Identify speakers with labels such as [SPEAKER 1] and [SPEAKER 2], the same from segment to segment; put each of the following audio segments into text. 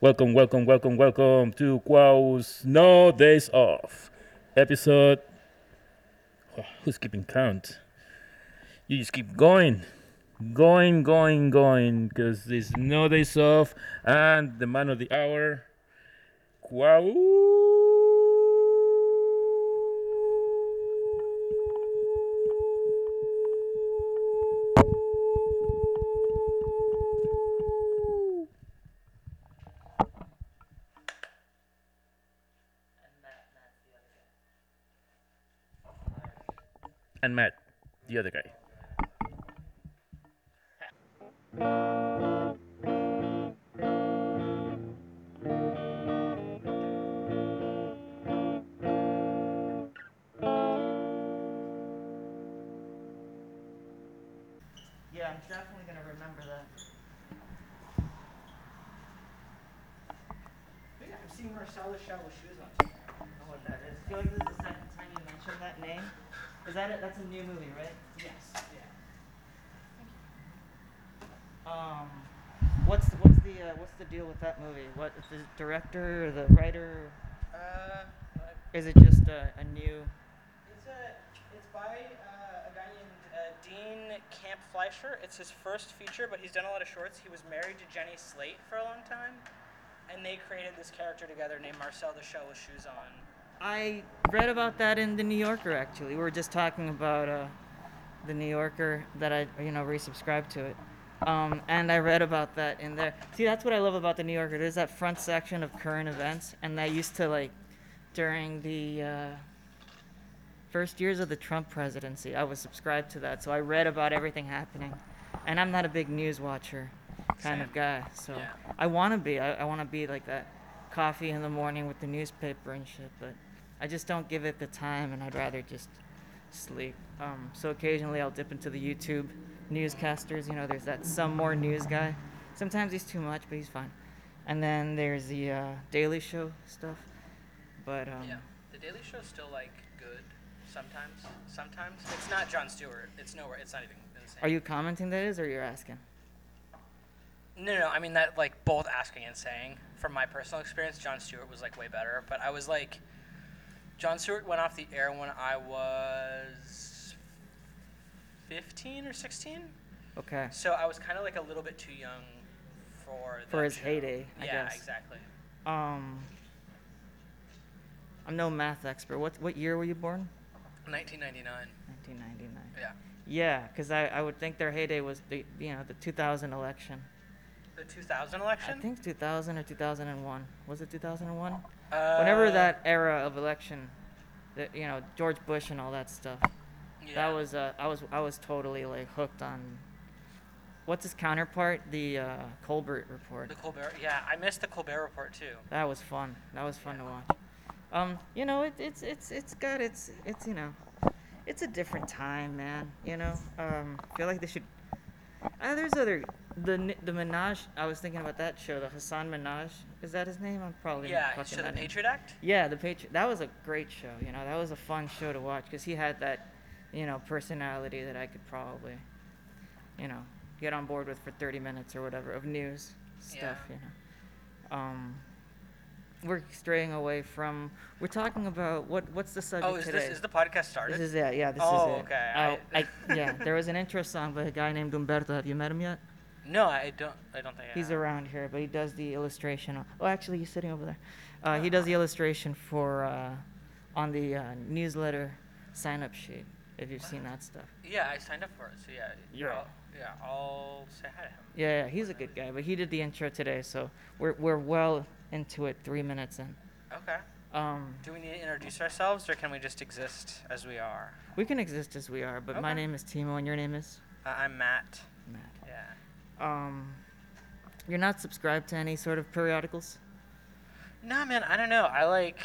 [SPEAKER 1] Welcome, welcome, welcome, welcome to Quao's No Days Off episode. Oh, who's keeping count? You just keep going, going, going, going, because there's no days off, and the man of the hour, Quao. and Matt, the other guy.
[SPEAKER 2] Yeah, I'm definitely gonna remember that. I think I've seen Marcella Shell with shoes on. I don't know what that is. I feel like this is the second time you mentioned that name. Is that it? That's a new movie, right? Yes. Yeah. Um, what's the, what's the uh, what's the deal with that movie? What is the director or the writer?
[SPEAKER 3] Uh,
[SPEAKER 2] Is it just a, a new?
[SPEAKER 3] it's a, it's by uh, a guy named uh, Dean Camp Fleischer. It's his first feature, but he's done a lot of shorts. He was married to Jenny Slate for a long time, and they created this character together named Marcel the Shell with Shoes On.
[SPEAKER 2] I read about that in the New Yorker. Actually, we were just talking about uh, the New Yorker that I, you know, resubscribed to it, um, and I read about that in there. See, that's what I love about the New Yorker. There's that front section of current events, and that used to like during the uh, first years of the Trump presidency. I was subscribed to that, so I read about everything happening, and I'm not a big news watcher kind of
[SPEAKER 3] Same.
[SPEAKER 2] guy. So
[SPEAKER 3] Yeah.
[SPEAKER 2] I want to be. I, I want to be like that coffee in the morning with the newspaper and shit, but I just don't give it the time and I'd rather just sleep. Um, so occasionally I'll dip into the YouTube newscasters. You know, there's that some more news guy. Sometimes he's too much, but he's fine. And then there's the uh, Daily Show stuff. But um,
[SPEAKER 3] the Daily Show's still like good sometimes. Sometimes it's not Jon Stewart. It's nowhere. It's not even. Insane.
[SPEAKER 2] are you commenting that is, or you're asking?
[SPEAKER 3] No, no, I mean that like both asking and saying. From my personal experience, John Stewart was like way better, but I was like, John Stewart went off the air when I was fifteen or sixteen,
[SPEAKER 2] Okay.
[SPEAKER 3] so I was kind of like a little bit too young for
[SPEAKER 2] For
[SPEAKER 3] that
[SPEAKER 2] his
[SPEAKER 3] show.
[SPEAKER 2] heyday, I
[SPEAKER 3] yeah,
[SPEAKER 2] guess.
[SPEAKER 3] exactly.
[SPEAKER 2] Um, I'm no math expert. What what year were you born?
[SPEAKER 3] Nineteen ninety nine.
[SPEAKER 2] 1999.
[SPEAKER 3] Yeah,
[SPEAKER 2] Yeah, because I, I would think their heyday was the you know the 2000 election.
[SPEAKER 3] the two thousand election.
[SPEAKER 2] I think 2000 or 2001. Was it 2001?
[SPEAKER 3] uh,
[SPEAKER 2] Whenever that era of election, that you know George Bush and all that stuff.
[SPEAKER 3] yeah.
[SPEAKER 2] That was uh, I was I was totally like hooked on. What's his counterpart? The uh, Colbert Report.
[SPEAKER 3] the Colbert. Yeah, I missed the Colbert Report too.
[SPEAKER 2] That was fun. That was fun to watch. Um, you know, it, it's it's it's got it's it's you know, it's a different time, man. You know, um, I feel like they should. Uh, there's other the N- the Minaj. I was thinking about that show, the Hassan Minaj. Is that his name? I'm probably
[SPEAKER 3] Yeah,
[SPEAKER 2] fucking
[SPEAKER 3] so the
[SPEAKER 2] that name.
[SPEAKER 3] Patriot Act.
[SPEAKER 2] Yeah, the Patriot. That was a great show. You know, that was a fun show to watch because he had that, you know, personality that I could probably, you know, get on board with for 30 minutes or whatever of news stuff. You
[SPEAKER 3] Yeah.
[SPEAKER 2] know, um, we're straying away from. We're talking about what? What's the subject
[SPEAKER 3] Oh, is
[SPEAKER 2] today?
[SPEAKER 3] this is the podcast started?
[SPEAKER 2] This is it. Yeah, this
[SPEAKER 3] Oh,
[SPEAKER 2] is it.
[SPEAKER 3] okay,
[SPEAKER 2] Oh,
[SPEAKER 3] I-
[SPEAKER 2] I, yeah, there was an intro song by a guy named Umberto. Have you met him yet?
[SPEAKER 3] no, I don't. I don't think I
[SPEAKER 2] He's
[SPEAKER 3] have.
[SPEAKER 2] around here, but he does the illustration. on- Oh, actually, he's sitting over there. Uh, he does the illustration for uh, on the uh, newsletter sign-up sheet. If you've seen that stuff,
[SPEAKER 3] Yeah, I signed up for it, so yeah.
[SPEAKER 2] Yeah.
[SPEAKER 3] I'll, yeah, I'll say hi to him.
[SPEAKER 2] yeah, yeah, he's a good guy. But he did the intro today, so we're we're well into it. Three minutes in.
[SPEAKER 3] Okay.
[SPEAKER 2] Um,
[SPEAKER 3] Do we need to introduce ourselves, or can we just exist as we are?
[SPEAKER 2] we can exist as we are, but my
[SPEAKER 3] Okay.
[SPEAKER 2] name is Timo, and your name is
[SPEAKER 3] Uh, I'm Matt.
[SPEAKER 2] Matt.
[SPEAKER 3] Yeah.
[SPEAKER 2] Um, you're not subscribed to any sort of periodicals.
[SPEAKER 3] Nah, man, I don't know. I like.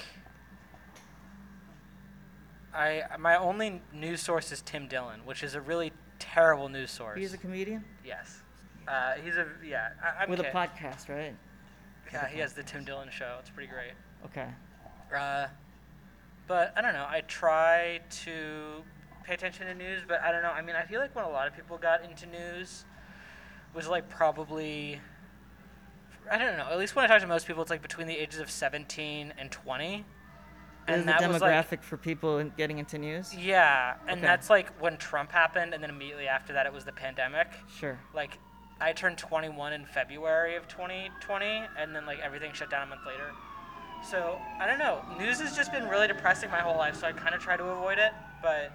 [SPEAKER 3] I my only news source is Tim Dillon, which is a really terrible news source.
[SPEAKER 2] He's a comedian
[SPEAKER 3] yes. Uh, he's a yeah. I, I'm
[SPEAKER 2] with
[SPEAKER 3] kid-
[SPEAKER 2] a podcast, right?
[SPEAKER 3] Yeah, he has the Tim Dillon show. It's pretty great.
[SPEAKER 2] Okay.
[SPEAKER 3] Uh, but I don't know. I try to pay attention to news, but I don't know. I mean, I feel like when a lot of people got into news was like probably I don't know. At least when I talk to most people, it's like between the ages of 17 and 20.
[SPEAKER 2] Is the
[SPEAKER 3] that was like,
[SPEAKER 2] demographic for people in- getting into news?
[SPEAKER 3] yeah, and
[SPEAKER 2] Okay.
[SPEAKER 3] that's like when Trump happened, and then immediately after that, it was the pandemic.
[SPEAKER 2] Sure.
[SPEAKER 3] Like, I turned 21 in February of 2020, and then like everything shut down a month later. So I don't know. News has just been really depressing my whole life, so I kind of try to avoid it. But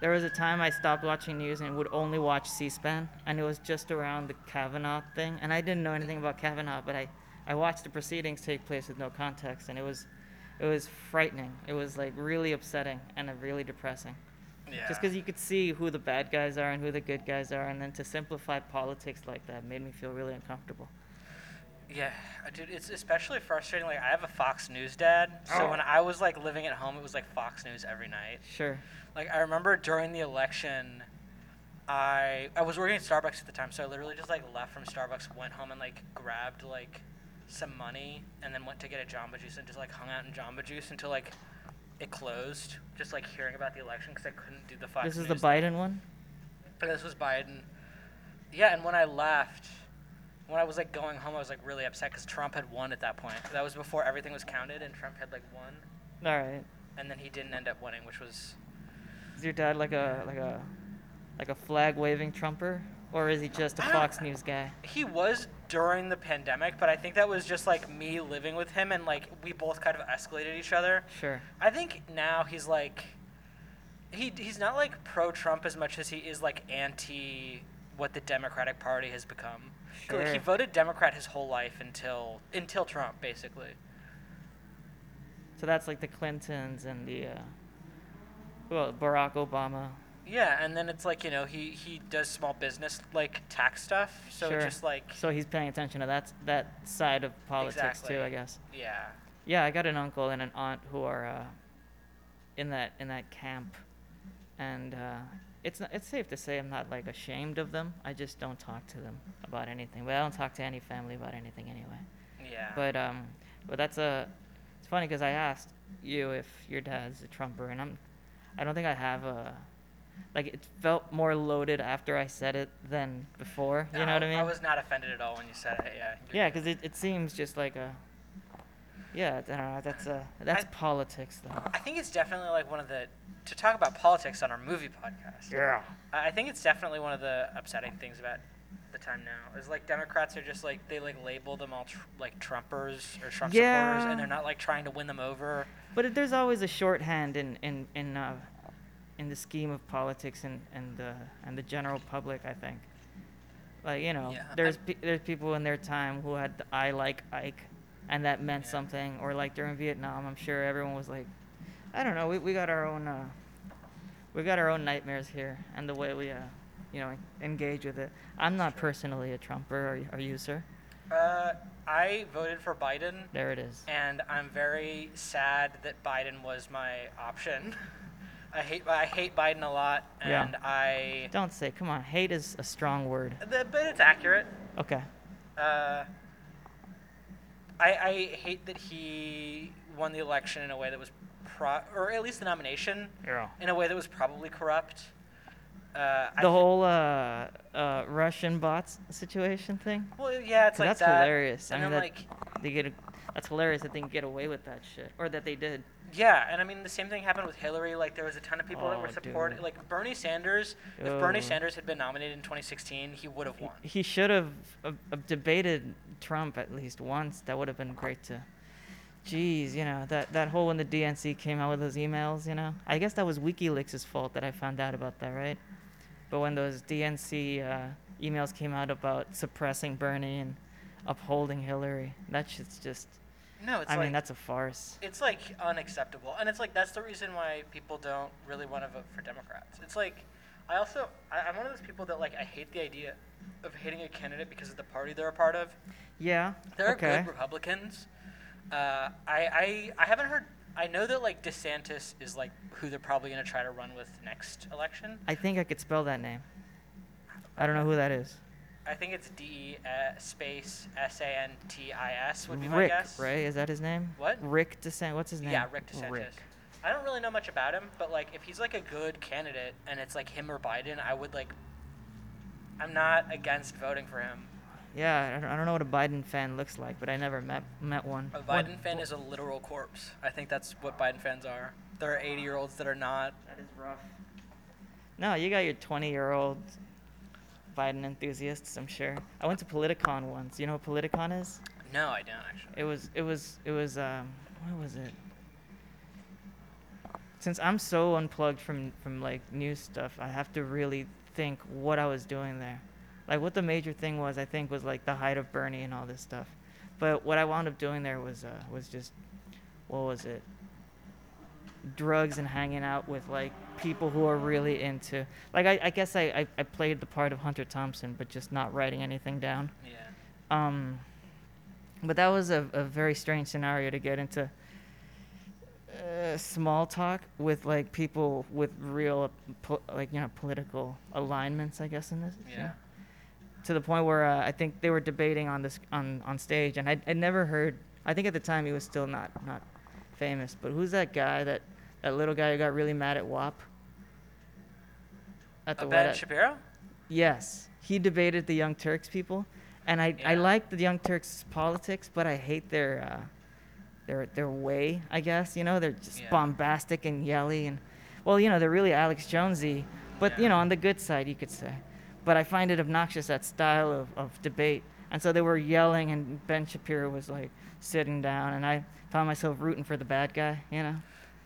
[SPEAKER 2] There was a time I stopped watching news and would only watch C-SPAN, and it was just around the Kavanaugh thing. And I didn't know anything about Kavanaugh, but I, I watched the proceedings take place with no context, and it was, it was frightening. It was like really upsetting and uh, really depressing.
[SPEAKER 3] yeah,
[SPEAKER 2] Just because you could see who the bad guys are and who the good guys are, and then to simplify politics like that made me feel really uncomfortable.
[SPEAKER 3] Yeah, uh, dude, it's especially frustrating. Like, I have a Fox News dad, so when I was like living at home, it was like Fox News every night.
[SPEAKER 2] Sure.
[SPEAKER 3] Like, I remember during the election, I I was working at Starbucks at the time, so I literally just like left from Starbucks, went home, and like grabbed like some money, and then went to get a Jamba Juice and just like hung out in Jamba Juice until like it closed. Just like hearing about the election because I couldn't do the Fox.
[SPEAKER 2] this is
[SPEAKER 3] News
[SPEAKER 2] the Biden one.
[SPEAKER 3] and this was Biden. Yeah, and when I left, when I was like going home, I was like really upset because Trump had won at that point. That was before everything was counted, and Trump had like won,
[SPEAKER 2] All right.
[SPEAKER 3] and then he didn't end up winning, which was
[SPEAKER 2] Is your dad like a like a like a flag waving Trumper, or is he just a
[SPEAKER 3] I don't-
[SPEAKER 2] Fox News guy?
[SPEAKER 3] he was during the pandemic, but I think that was just like me living with him, and like we both kind of escalated each other.
[SPEAKER 2] Sure.
[SPEAKER 3] I think now he's like, he he's not like pro Trump as much as he is like anti what the Democratic Party has become. 'Cause, Like, he
[SPEAKER 2] Sure.
[SPEAKER 3] voted Democrat his whole life until until Trump, basically.
[SPEAKER 2] So that's like the Clintons and the uh, well Barack Obama.
[SPEAKER 3] Yeah, and then it's like you know he he does small business like tax stuff, so
[SPEAKER 2] Sure.
[SPEAKER 3] it's just like
[SPEAKER 2] So he's paying attention to that that side of politics
[SPEAKER 3] Exactly.
[SPEAKER 2] too, I guess.
[SPEAKER 3] yeah,
[SPEAKER 2] Yeah, I got an uncle and an aunt who are uh, in that in that camp, and uh, it's not, it's safe to say I'm not like ashamed of them. I just don't talk to them about anything. But I don't talk to any family about anything anyway.
[SPEAKER 3] yeah.
[SPEAKER 2] But um, but that's a. It's funny because I asked you if your dad's a Trumper, and I'm. I don't think I have a. Like it felt more loaded after I said it than before. You know what I mean?
[SPEAKER 3] Oh, I was not offended at all when you said it. Yeah. you're-
[SPEAKER 2] yeah, because it, it seems just like a. Yeah, I don't know. That's a that's
[SPEAKER 3] I-
[SPEAKER 2] politics though.
[SPEAKER 3] I think it's definitely like one of the to talk about politics on our movie podcast.
[SPEAKER 2] Yeah.
[SPEAKER 3] I I think it's definitely one of the upsetting things about the time now is like Democrats are just like they like label them all tr- like Trumpers or Trump supporters,
[SPEAKER 2] Yeah.
[SPEAKER 3] and they're not like trying to win them over.
[SPEAKER 2] But it, there's always a shorthand in in in uh, in the scheme of politics and and the and the general public. I think, like you know,
[SPEAKER 3] Yeah, I-
[SPEAKER 2] there's pe- there's people in their time who had the I like Ike, and that meant
[SPEAKER 3] Yeah.
[SPEAKER 2] something. Or like during Vietnam, I'm sure everyone was like, I don't know, we we got our own uh, we got our own nightmares here, and the way we uh, you know, engage with it. I'm not personally a Trumper. Are, y- are you, sir?
[SPEAKER 3] Uh, I voted for Biden.
[SPEAKER 2] There it is.
[SPEAKER 3] and I'm very sad that Biden was my option. I hate I hate Biden a lot,
[SPEAKER 2] Yeah.
[SPEAKER 3] and I.
[SPEAKER 2] Don't say. Come on, hate is a strong word.
[SPEAKER 3] The, but it's accurate.
[SPEAKER 2] Okay.
[SPEAKER 3] Uh, I I hate that he won the election in a way that was pro, or at least the nomination,
[SPEAKER 2] Yeah.
[SPEAKER 3] in a way that was probably corrupt. Uh, I
[SPEAKER 2] the
[SPEAKER 3] th-
[SPEAKER 2] whole uh, uh, Russian bots situation thing.
[SPEAKER 3] Well, yeah, it's
[SPEAKER 2] 'Cause
[SPEAKER 3] like
[SPEAKER 2] that's
[SPEAKER 3] that.
[SPEAKER 2] hilarious. I
[SPEAKER 3] And
[SPEAKER 2] mean,
[SPEAKER 3] then
[SPEAKER 2] that-
[SPEAKER 3] like.
[SPEAKER 2] They get that's hilarious that they can get away with that shit, or that they did.
[SPEAKER 3] Yeah, and I mean the same thing happened with Hillary. Like there was a ton of people that
[SPEAKER 2] Oh,
[SPEAKER 3] were supporting,
[SPEAKER 2] dude.
[SPEAKER 3] like Bernie Sanders. If Bernie
[SPEAKER 2] Ugh.
[SPEAKER 3] Sanders had been nominated in 2016, he would have won.
[SPEAKER 2] He should have uh, uh, debated Trump at least once. That would have been great to. Jeez, you know that that whole when the DNC came out with those emails, you know. I guess that was WikiLeaks' fault that I found out about that, right? But when those DNC uh, emails came out about suppressing Bernie and upholding Hillary, that shit's just.
[SPEAKER 3] No, Oh, it's
[SPEAKER 2] I
[SPEAKER 3] like
[SPEAKER 2] mean, that's a farce.
[SPEAKER 3] it's like unacceptable, and it's like that's the reason why people don't really want to vote for Democrats. It's like I also I, I'm one of those people that like I hate the idea of hating a candidate because of the party they're a part of.
[SPEAKER 2] Yeah.
[SPEAKER 3] There are
[SPEAKER 2] okay.
[SPEAKER 3] good Republicans. Uh, I, I I haven't heard. I know that like DeSantis is like who they're probably going to try to run with next election.
[SPEAKER 2] I think I could spell that name. I don't know who that is.
[SPEAKER 3] I think it's D E uh, space S A N T I S would be my
[SPEAKER 2] Rick,
[SPEAKER 3] guess.
[SPEAKER 2] right? Is that his name?
[SPEAKER 3] What?
[SPEAKER 2] Rick DeSantis. What's his name?
[SPEAKER 3] Yeah, Rick DeSantis.
[SPEAKER 2] Rick.
[SPEAKER 3] I don't really know much about him, but like if he's like a good candidate and it's like him or Biden, I would like. I'm not against voting for him.
[SPEAKER 2] yeah. I don't, I don't know what a Biden fan looks like, but I never met met one.
[SPEAKER 3] A Biden fan is a literal corpse. I think that's what Biden fans are. There are 80 year olds that are not.
[SPEAKER 2] That is rough. No, you got your 20 year old Biden enthusiasts, I'm sure. I went to Politicon once. You know what Politicon is?
[SPEAKER 3] No, I don't actually.
[SPEAKER 2] It was, it was, it was, um, what was it? Since I'm so unplugged from, from like news stuff, I have to really think what I was doing there. Like what the major thing was, I think, was like the height of Bernie and all this stuff. But what I wound up doing there was, uh, was just, what was it? drugs and hanging out with like people who are really into like i, I guess I, I, I played the part of hunter thompson but just not writing anything down
[SPEAKER 3] Yeah.
[SPEAKER 2] um, but that was a, a very strange scenario to get into uh, small talk with like people with real po- like you know political alignments i guess in this you
[SPEAKER 3] Yeah.
[SPEAKER 2] know? to the point where uh, i think they were debating on this on, on stage and I, i'd never heard i think at the time he was still not not famous but who's that guy that that little guy who got really mad at wap at
[SPEAKER 3] A
[SPEAKER 2] what
[SPEAKER 3] Ben
[SPEAKER 2] at-
[SPEAKER 3] Shapiro?
[SPEAKER 2] Yes, he debated the Young Turks people, and I, I
[SPEAKER 3] Yeah.
[SPEAKER 2] like the Young Turks politics, but I hate their uh, their their way. I guess you know they're just
[SPEAKER 3] Yeah.
[SPEAKER 2] bombastic and yelly, and well, you know they're really Alex Jonesy, but you
[SPEAKER 3] Yeah.
[SPEAKER 2] know on the good side you could say. But I find it obnoxious that style of, of debate, and so they were yelling, and Ben Shapiro was like sitting down, and I found myself rooting for the bad guy, you know.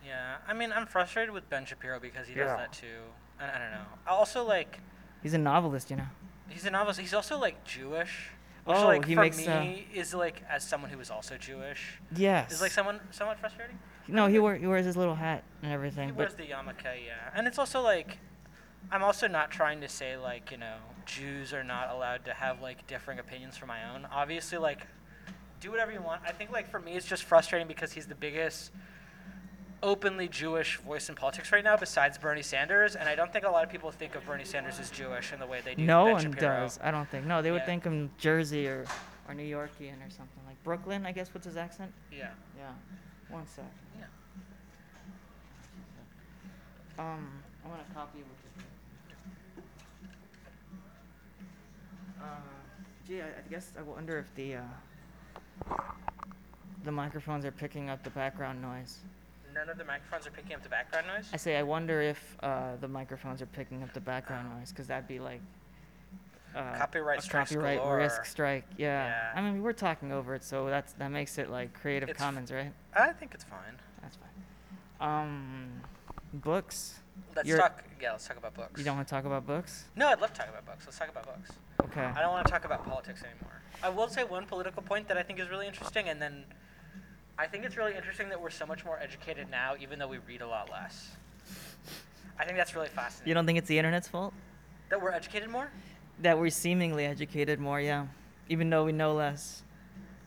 [SPEAKER 3] Yeah. I mean, I'm frustrated with Ben Shapiro because he does
[SPEAKER 2] Yeah.
[SPEAKER 3] that too. I, I don't know. I also like.
[SPEAKER 2] He's a novelist, you know.
[SPEAKER 3] He's a novelist. He's also like Jewish. Which,
[SPEAKER 2] Oh,
[SPEAKER 3] like,
[SPEAKER 2] he
[SPEAKER 3] for
[SPEAKER 2] makes,
[SPEAKER 3] me is like as someone who is also Jewish.
[SPEAKER 2] Yes.
[SPEAKER 3] Is like someone somewhat frustrating.
[SPEAKER 2] no, he, wear, he wears his little hat and everything.
[SPEAKER 3] He
[SPEAKER 2] but
[SPEAKER 3] wears the yarmulke, yeah. And it's also like, I'm also not trying to say like you know Jews are not allowed to have like differing opinions from my own. Obviously, like, do whatever you want. I think like for me, it's just frustrating because he's the biggest openly Jewish voice in politics right now, besides Bernie Sanders. And I don't think a lot of people think of Bernie Sanders as Jewish in the way they do.
[SPEAKER 2] No
[SPEAKER 3] Ben
[SPEAKER 2] one
[SPEAKER 3] Shapiro.
[SPEAKER 2] does. I don't think. No, they would
[SPEAKER 3] Yeah.
[SPEAKER 2] think him Jersey or, or New Yorkian or something like Brooklyn. I guess what's his accent?
[SPEAKER 3] Yeah.
[SPEAKER 2] Yeah. One sec.
[SPEAKER 3] Yeah.
[SPEAKER 2] Um, I want to copy what. Uh, gee, I, I guess I wonder if the uh, the microphones are picking up the background noise.
[SPEAKER 3] None of the microphones are picking up the background noise.
[SPEAKER 2] I say I wonder if uh, the microphones are picking up the background noise because that'd be like uh,
[SPEAKER 3] Copyright
[SPEAKER 2] a
[SPEAKER 3] strikes
[SPEAKER 2] copyright
[SPEAKER 3] galore.
[SPEAKER 2] risk strike. Yeah.
[SPEAKER 3] Yeah.
[SPEAKER 2] I mean we're talking over it, so that's that makes it like Creative
[SPEAKER 3] It's-
[SPEAKER 2] Commons, right?
[SPEAKER 3] I think it's fine.
[SPEAKER 2] That's fine. Um, books.
[SPEAKER 3] Let's
[SPEAKER 2] You're-
[SPEAKER 3] talk. Yeah, let's talk about books.
[SPEAKER 2] You don't want to talk about books?
[SPEAKER 3] No, I'd love to talk about books. Let's talk about books.
[SPEAKER 2] Okay.
[SPEAKER 3] I don't want to talk about politics anymore. I will say one political point that I think is really interesting, and then I think it's really interesting that we're so much more educated now, even though we read a lot less. I think that's really fascinating.
[SPEAKER 2] You don't think it's the internet's fault
[SPEAKER 3] that we're educated more?
[SPEAKER 2] that we're seemingly educated more? Yeah, even though we know less.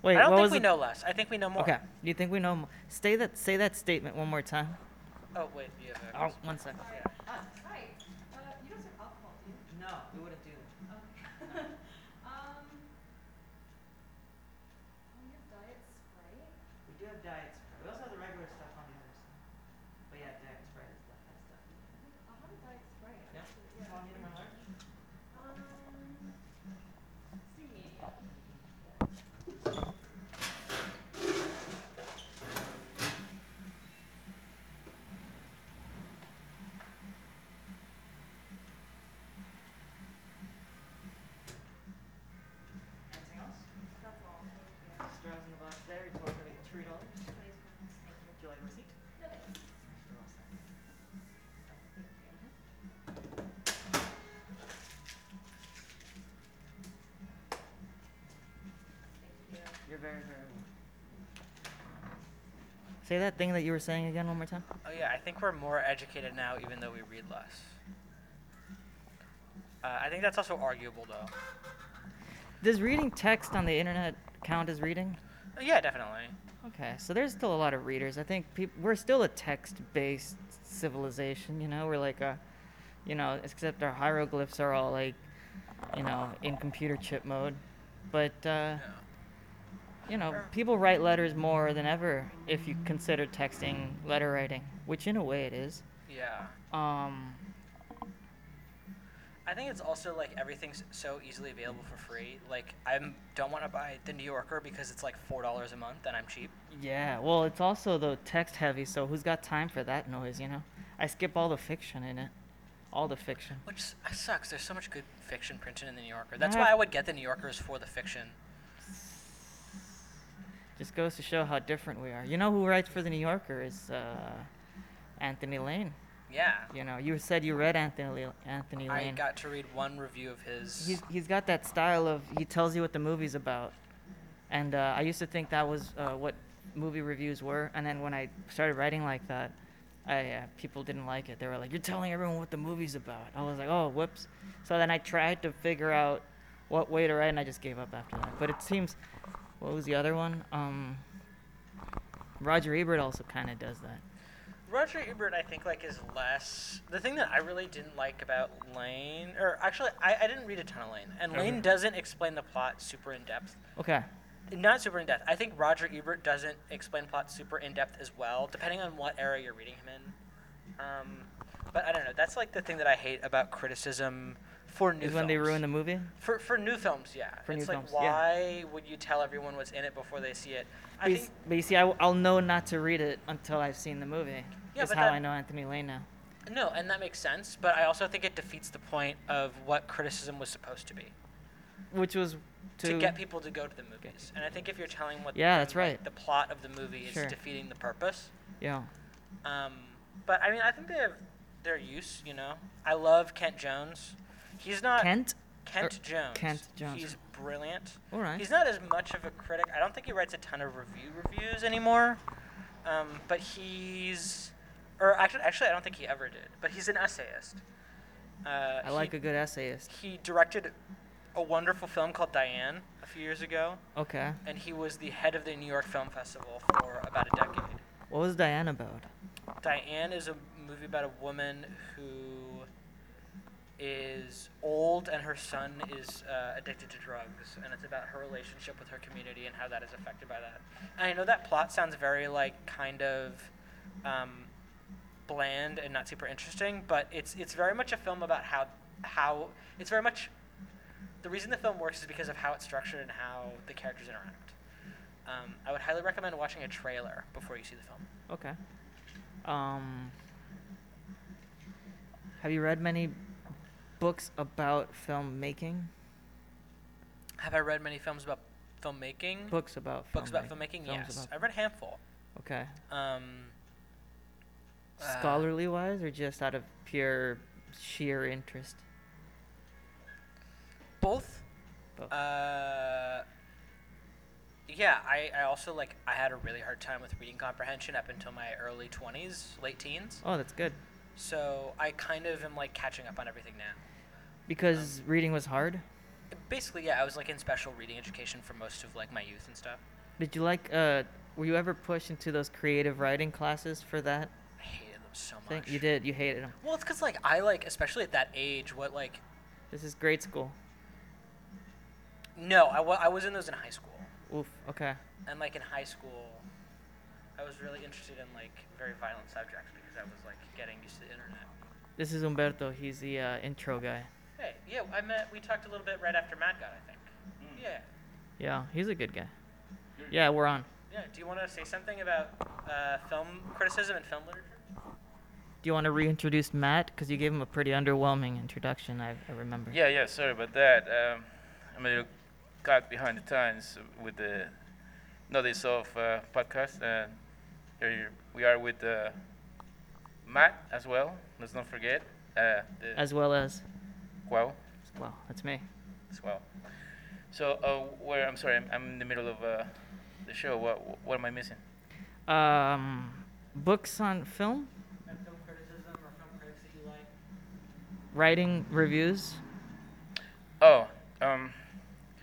[SPEAKER 2] Wait,
[SPEAKER 3] I don't
[SPEAKER 2] what
[SPEAKER 3] think
[SPEAKER 2] was
[SPEAKER 3] we
[SPEAKER 2] the-
[SPEAKER 3] know less. I think we know more.
[SPEAKER 2] Okay. You think we know? Mo- Stay that. Say that statement one more time.
[SPEAKER 3] Oh wait, you have a
[SPEAKER 2] Oh, one sec.
[SPEAKER 3] Yeah.
[SPEAKER 4] Uh, hi. Uh, you don't serve alcohol, do you?
[SPEAKER 2] No, we wouldn't do that.
[SPEAKER 4] Okay. um, on your diet Sprite?
[SPEAKER 2] We do have diet Sprite. We also have the regular stuff on the other side. But yeah, diet Sprite is the best stuff.
[SPEAKER 4] I'll have a diet Sprite.
[SPEAKER 2] Yeah? You want me to my large?
[SPEAKER 4] Um, see.
[SPEAKER 2] Anything else?
[SPEAKER 4] That's all.
[SPEAKER 2] Straws in the box there. You're talking about three dollars. Would you like a receipt? You're all set. You're very, very welcome. Say that thing that you were saying again one more time.
[SPEAKER 3] Oh yeah, I think we're more educated now, even though we read less. Uh, I think that's also arguable, though.
[SPEAKER 2] Does reading text on the internet count as reading?
[SPEAKER 3] Uh, Yeah, definitely.
[SPEAKER 2] Okay, so there's still a lot of readers. I think peop we're still a text-based civilization. You know, we're like a, you know, except our hieroglyphs are all like, you know, in computer chip mode. But uh,
[SPEAKER 3] Yeah.
[SPEAKER 2] you know, people write letters more than ever if you consider texting letter Um, writing, which in a way it is.
[SPEAKER 3] Yeah.
[SPEAKER 2] Um,
[SPEAKER 3] I think it's also like everything's so easily available for free. Like I don't want to buy the New Yorker because it's like four dollars a month and I'm cheap.
[SPEAKER 2] Yeah, well, it's also though text heavy, so who's got time for that noise, you know? I skip all the fiction in it. All the fiction.
[SPEAKER 3] Which s- sucks. There's so much good fiction printed in the New Yorker. That's
[SPEAKER 2] Yeah.
[SPEAKER 3] why I would get the New Yorkers for the fiction.
[SPEAKER 2] Just goes to show how different we are. You know who writes for the New Yorker is uh, Anthony Lane.
[SPEAKER 3] Yeah.
[SPEAKER 2] You know, you said you read Anthony Anthony
[SPEAKER 3] I
[SPEAKER 2] Lane.
[SPEAKER 3] got to read one review of his.
[SPEAKER 2] he's, he's got that style of he tells you what the movie's about and uh, i used to think that was uh, what movie reviews were and then when i started writing like that I, uh, people didn't like it they were like you're telling everyone what the movie's about i was like oh whoops so then i tried to figure out what way to write and i just gave up after that but it seems what was the other one um, roger ebert also kind of does that
[SPEAKER 3] Roger Ebert, I think, like is less. The thing that I really didn't like about Lane, or actually, I, I didn't read a ton of Lane, and Lane doesn't explain the plot super in depth.
[SPEAKER 2] okay
[SPEAKER 3] Not super in depth. I think Roger Ebert doesn't explain plot super in depth as well, depending on what era you're reading him in. Um, but I don't know. That's like the thing that I hate about criticism for new.
[SPEAKER 2] is when they
[SPEAKER 3] films.
[SPEAKER 2] ruin the movie
[SPEAKER 3] For, for new films, yeah.
[SPEAKER 2] For
[SPEAKER 3] it's
[SPEAKER 2] new
[SPEAKER 3] like,
[SPEAKER 2] films, yeah.
[SPEAKER 3] why would you tell everyone what's in it before they see it? I
[SPEAKER 2] But you,
[SPEAKER 3] think,
[SPEAKER 2] s- but you see, I, will know not to read it until I've seen the movie.
[SPEAKER 3] Yeah,
[SPEAKER 2] That's
[SPEAKER 3] but
[SPEAKER 2] how
[SPEAKER 3] that-
[SPEAKER 2] I know Anthony Lane now.
[SPEAKER 3] no, and that makes sense, but I also think it defeats the point of what criticism was supposed to be
[SPEAKER 2] Which was to,
[SPEAKER 3] to, get people to go to the movies. And I think if you're telling what
[SPEAKER 2] Yeah,
[SPEAKER 3] them,
[SPEAKER 2] that's right.
[SPEAKER 3] like, the plot of the movie,
[SPEAKER 2] Sure.
[SPEAKER 3] it's defeating the purpose.
[SPEAKER 2] Yeah.
[SPEAKER 3] Um, but I mean, I think they have their use, you know. I love Kent Jones. He's not
[SPEAKER 2] Kent?
[SPEAKER 3] Kent
[SPEAKER 2] or
[SPEAKER 3] Jones.
[SPEAKER 2] Kent Jones.
[SPEAKER 3] He's brilliant.
[SPEAKER 2] All right.
[SPEAKER 3] He's not as much of a critic. I don't think he writes a ton of review reviews anymore. Um, but he's, or actually, actually, I don't think he ever did. But he's an essayist. Uh,
[SPEAKER 2] I like a good essayist.
[SPEAKER 3] He directed a wonderful film called Diane a few years ago,
[SPEAKER 2] Okay.
[SPEAKER 3] and he was the head of the New York Film Festival for about a decade.
[SPEAKER 2] What was Diane about?
[SPEAKER 3] Diane is a movie about a woman who is old and her son is uh, addicted to drugs, and it's about her relationship with her community and how that is affected by that. And I know that plot sounds very like kind of um, bland and not super interesting, but it's it's very much a film about how how it's very much the reason the film works is because of how it's structured and how the characters interact. Um, I would highly recommend watching a trailer before you see the film.
[SPEAKER 2] Okay. Um, have you read many books about filmmaking?
[SPEAKER 3] Have I read many films about filmmaking?
[SPEAKER 2] Books about
[SPEAKER 3] Hmm? Books about
[SPEAKER 2] filmmak-
[SPEAKER 3] filmmaking?
[SPEAKER 2] films
[SPEAKER 3] Yes.
[SPEAKER 2] about-
[SPEAKER 3] I've read a handful.
[SPEAKER 2] okay.
[SPEAKER 3] Um, uh,
[SPEAKER 2] Scholarly wise or just out of pure sheer interest?
[SPEAKER 3] Both.
[SPEAKER 2] Both.
[SPEAKER 3] Uh, yeah, I, I also, like, I had a really hard time with reading comprehension up until my early 20s, late teens.
[SPEAKER 2] Oh, that's good.
[SPEAKER 3] So I kind of am, like, catching up on everything now.
[SPEAKER 2] Because
[SPEAKER 3] um,
[SPEAKER 2] reading was hard?
[SPEAKER 3] Basically, yeah, I was, like, in special reading education for most of, like, my youth and stuff.
[SPEAKER 2] Did you like? Uh, were you ever pushed into those creative writing classes for that
[SPEAKER 3] I hated them so
[SPEAKER 2] thing?
[SPEAKER 3] much.
[SPEAKER 2] You did. You hated them.
[SPEAKER 3] Well, it's because, like, I, like, especially at that age, what, like,
[SPEAKER 2] This is grade school.
[SPEAKER 3] no, I wa- I was in those in high school.
[SPEAKER 2] Oof. Okay.
[SPEAKER 3] and like in high school i was really interested in like very violent subjects because i was like getting used to the internet
[SPEAKER 2] This is Umberto. He's the uh, intro guy.
[SPEAKER 3] hey yeah i met we talked a little bit right after mad god i think yeah
[SPEAKER 2] Yeah, he's a good guy. Yeah, we're on.
[SPEAKER 3] yeah do you want to say something about uh, film criticism and film literature
[SPEAKER 2] Do you want to reintroduce Matt? Because you gave him a pretty underwhelming introduction. I, I remember.
[SPEAKER 1] Yeah, yeah, sorry about that. Um, I'm a little caught behind the times with the No Days Off uh, podcast. Uh, here we are with uh, Matt as well. Let's not forget. Uh, the
[SPEAKER 2] As well as,
[SPEAKER 1] wow,
[SPEAKER 2] well, that's me.
[SPEAKER 1] as well. So, uh, where, I'm sorry, I'm, I'm in the middle of uh, the show. What, what am I missing?
[SPEAKER 2] Um, books on film,
[SPEAKER 3] and film criticism or film critics that you like
[SPEAKER 2] writing reviews.
[SPEAKER 1] Oh, um,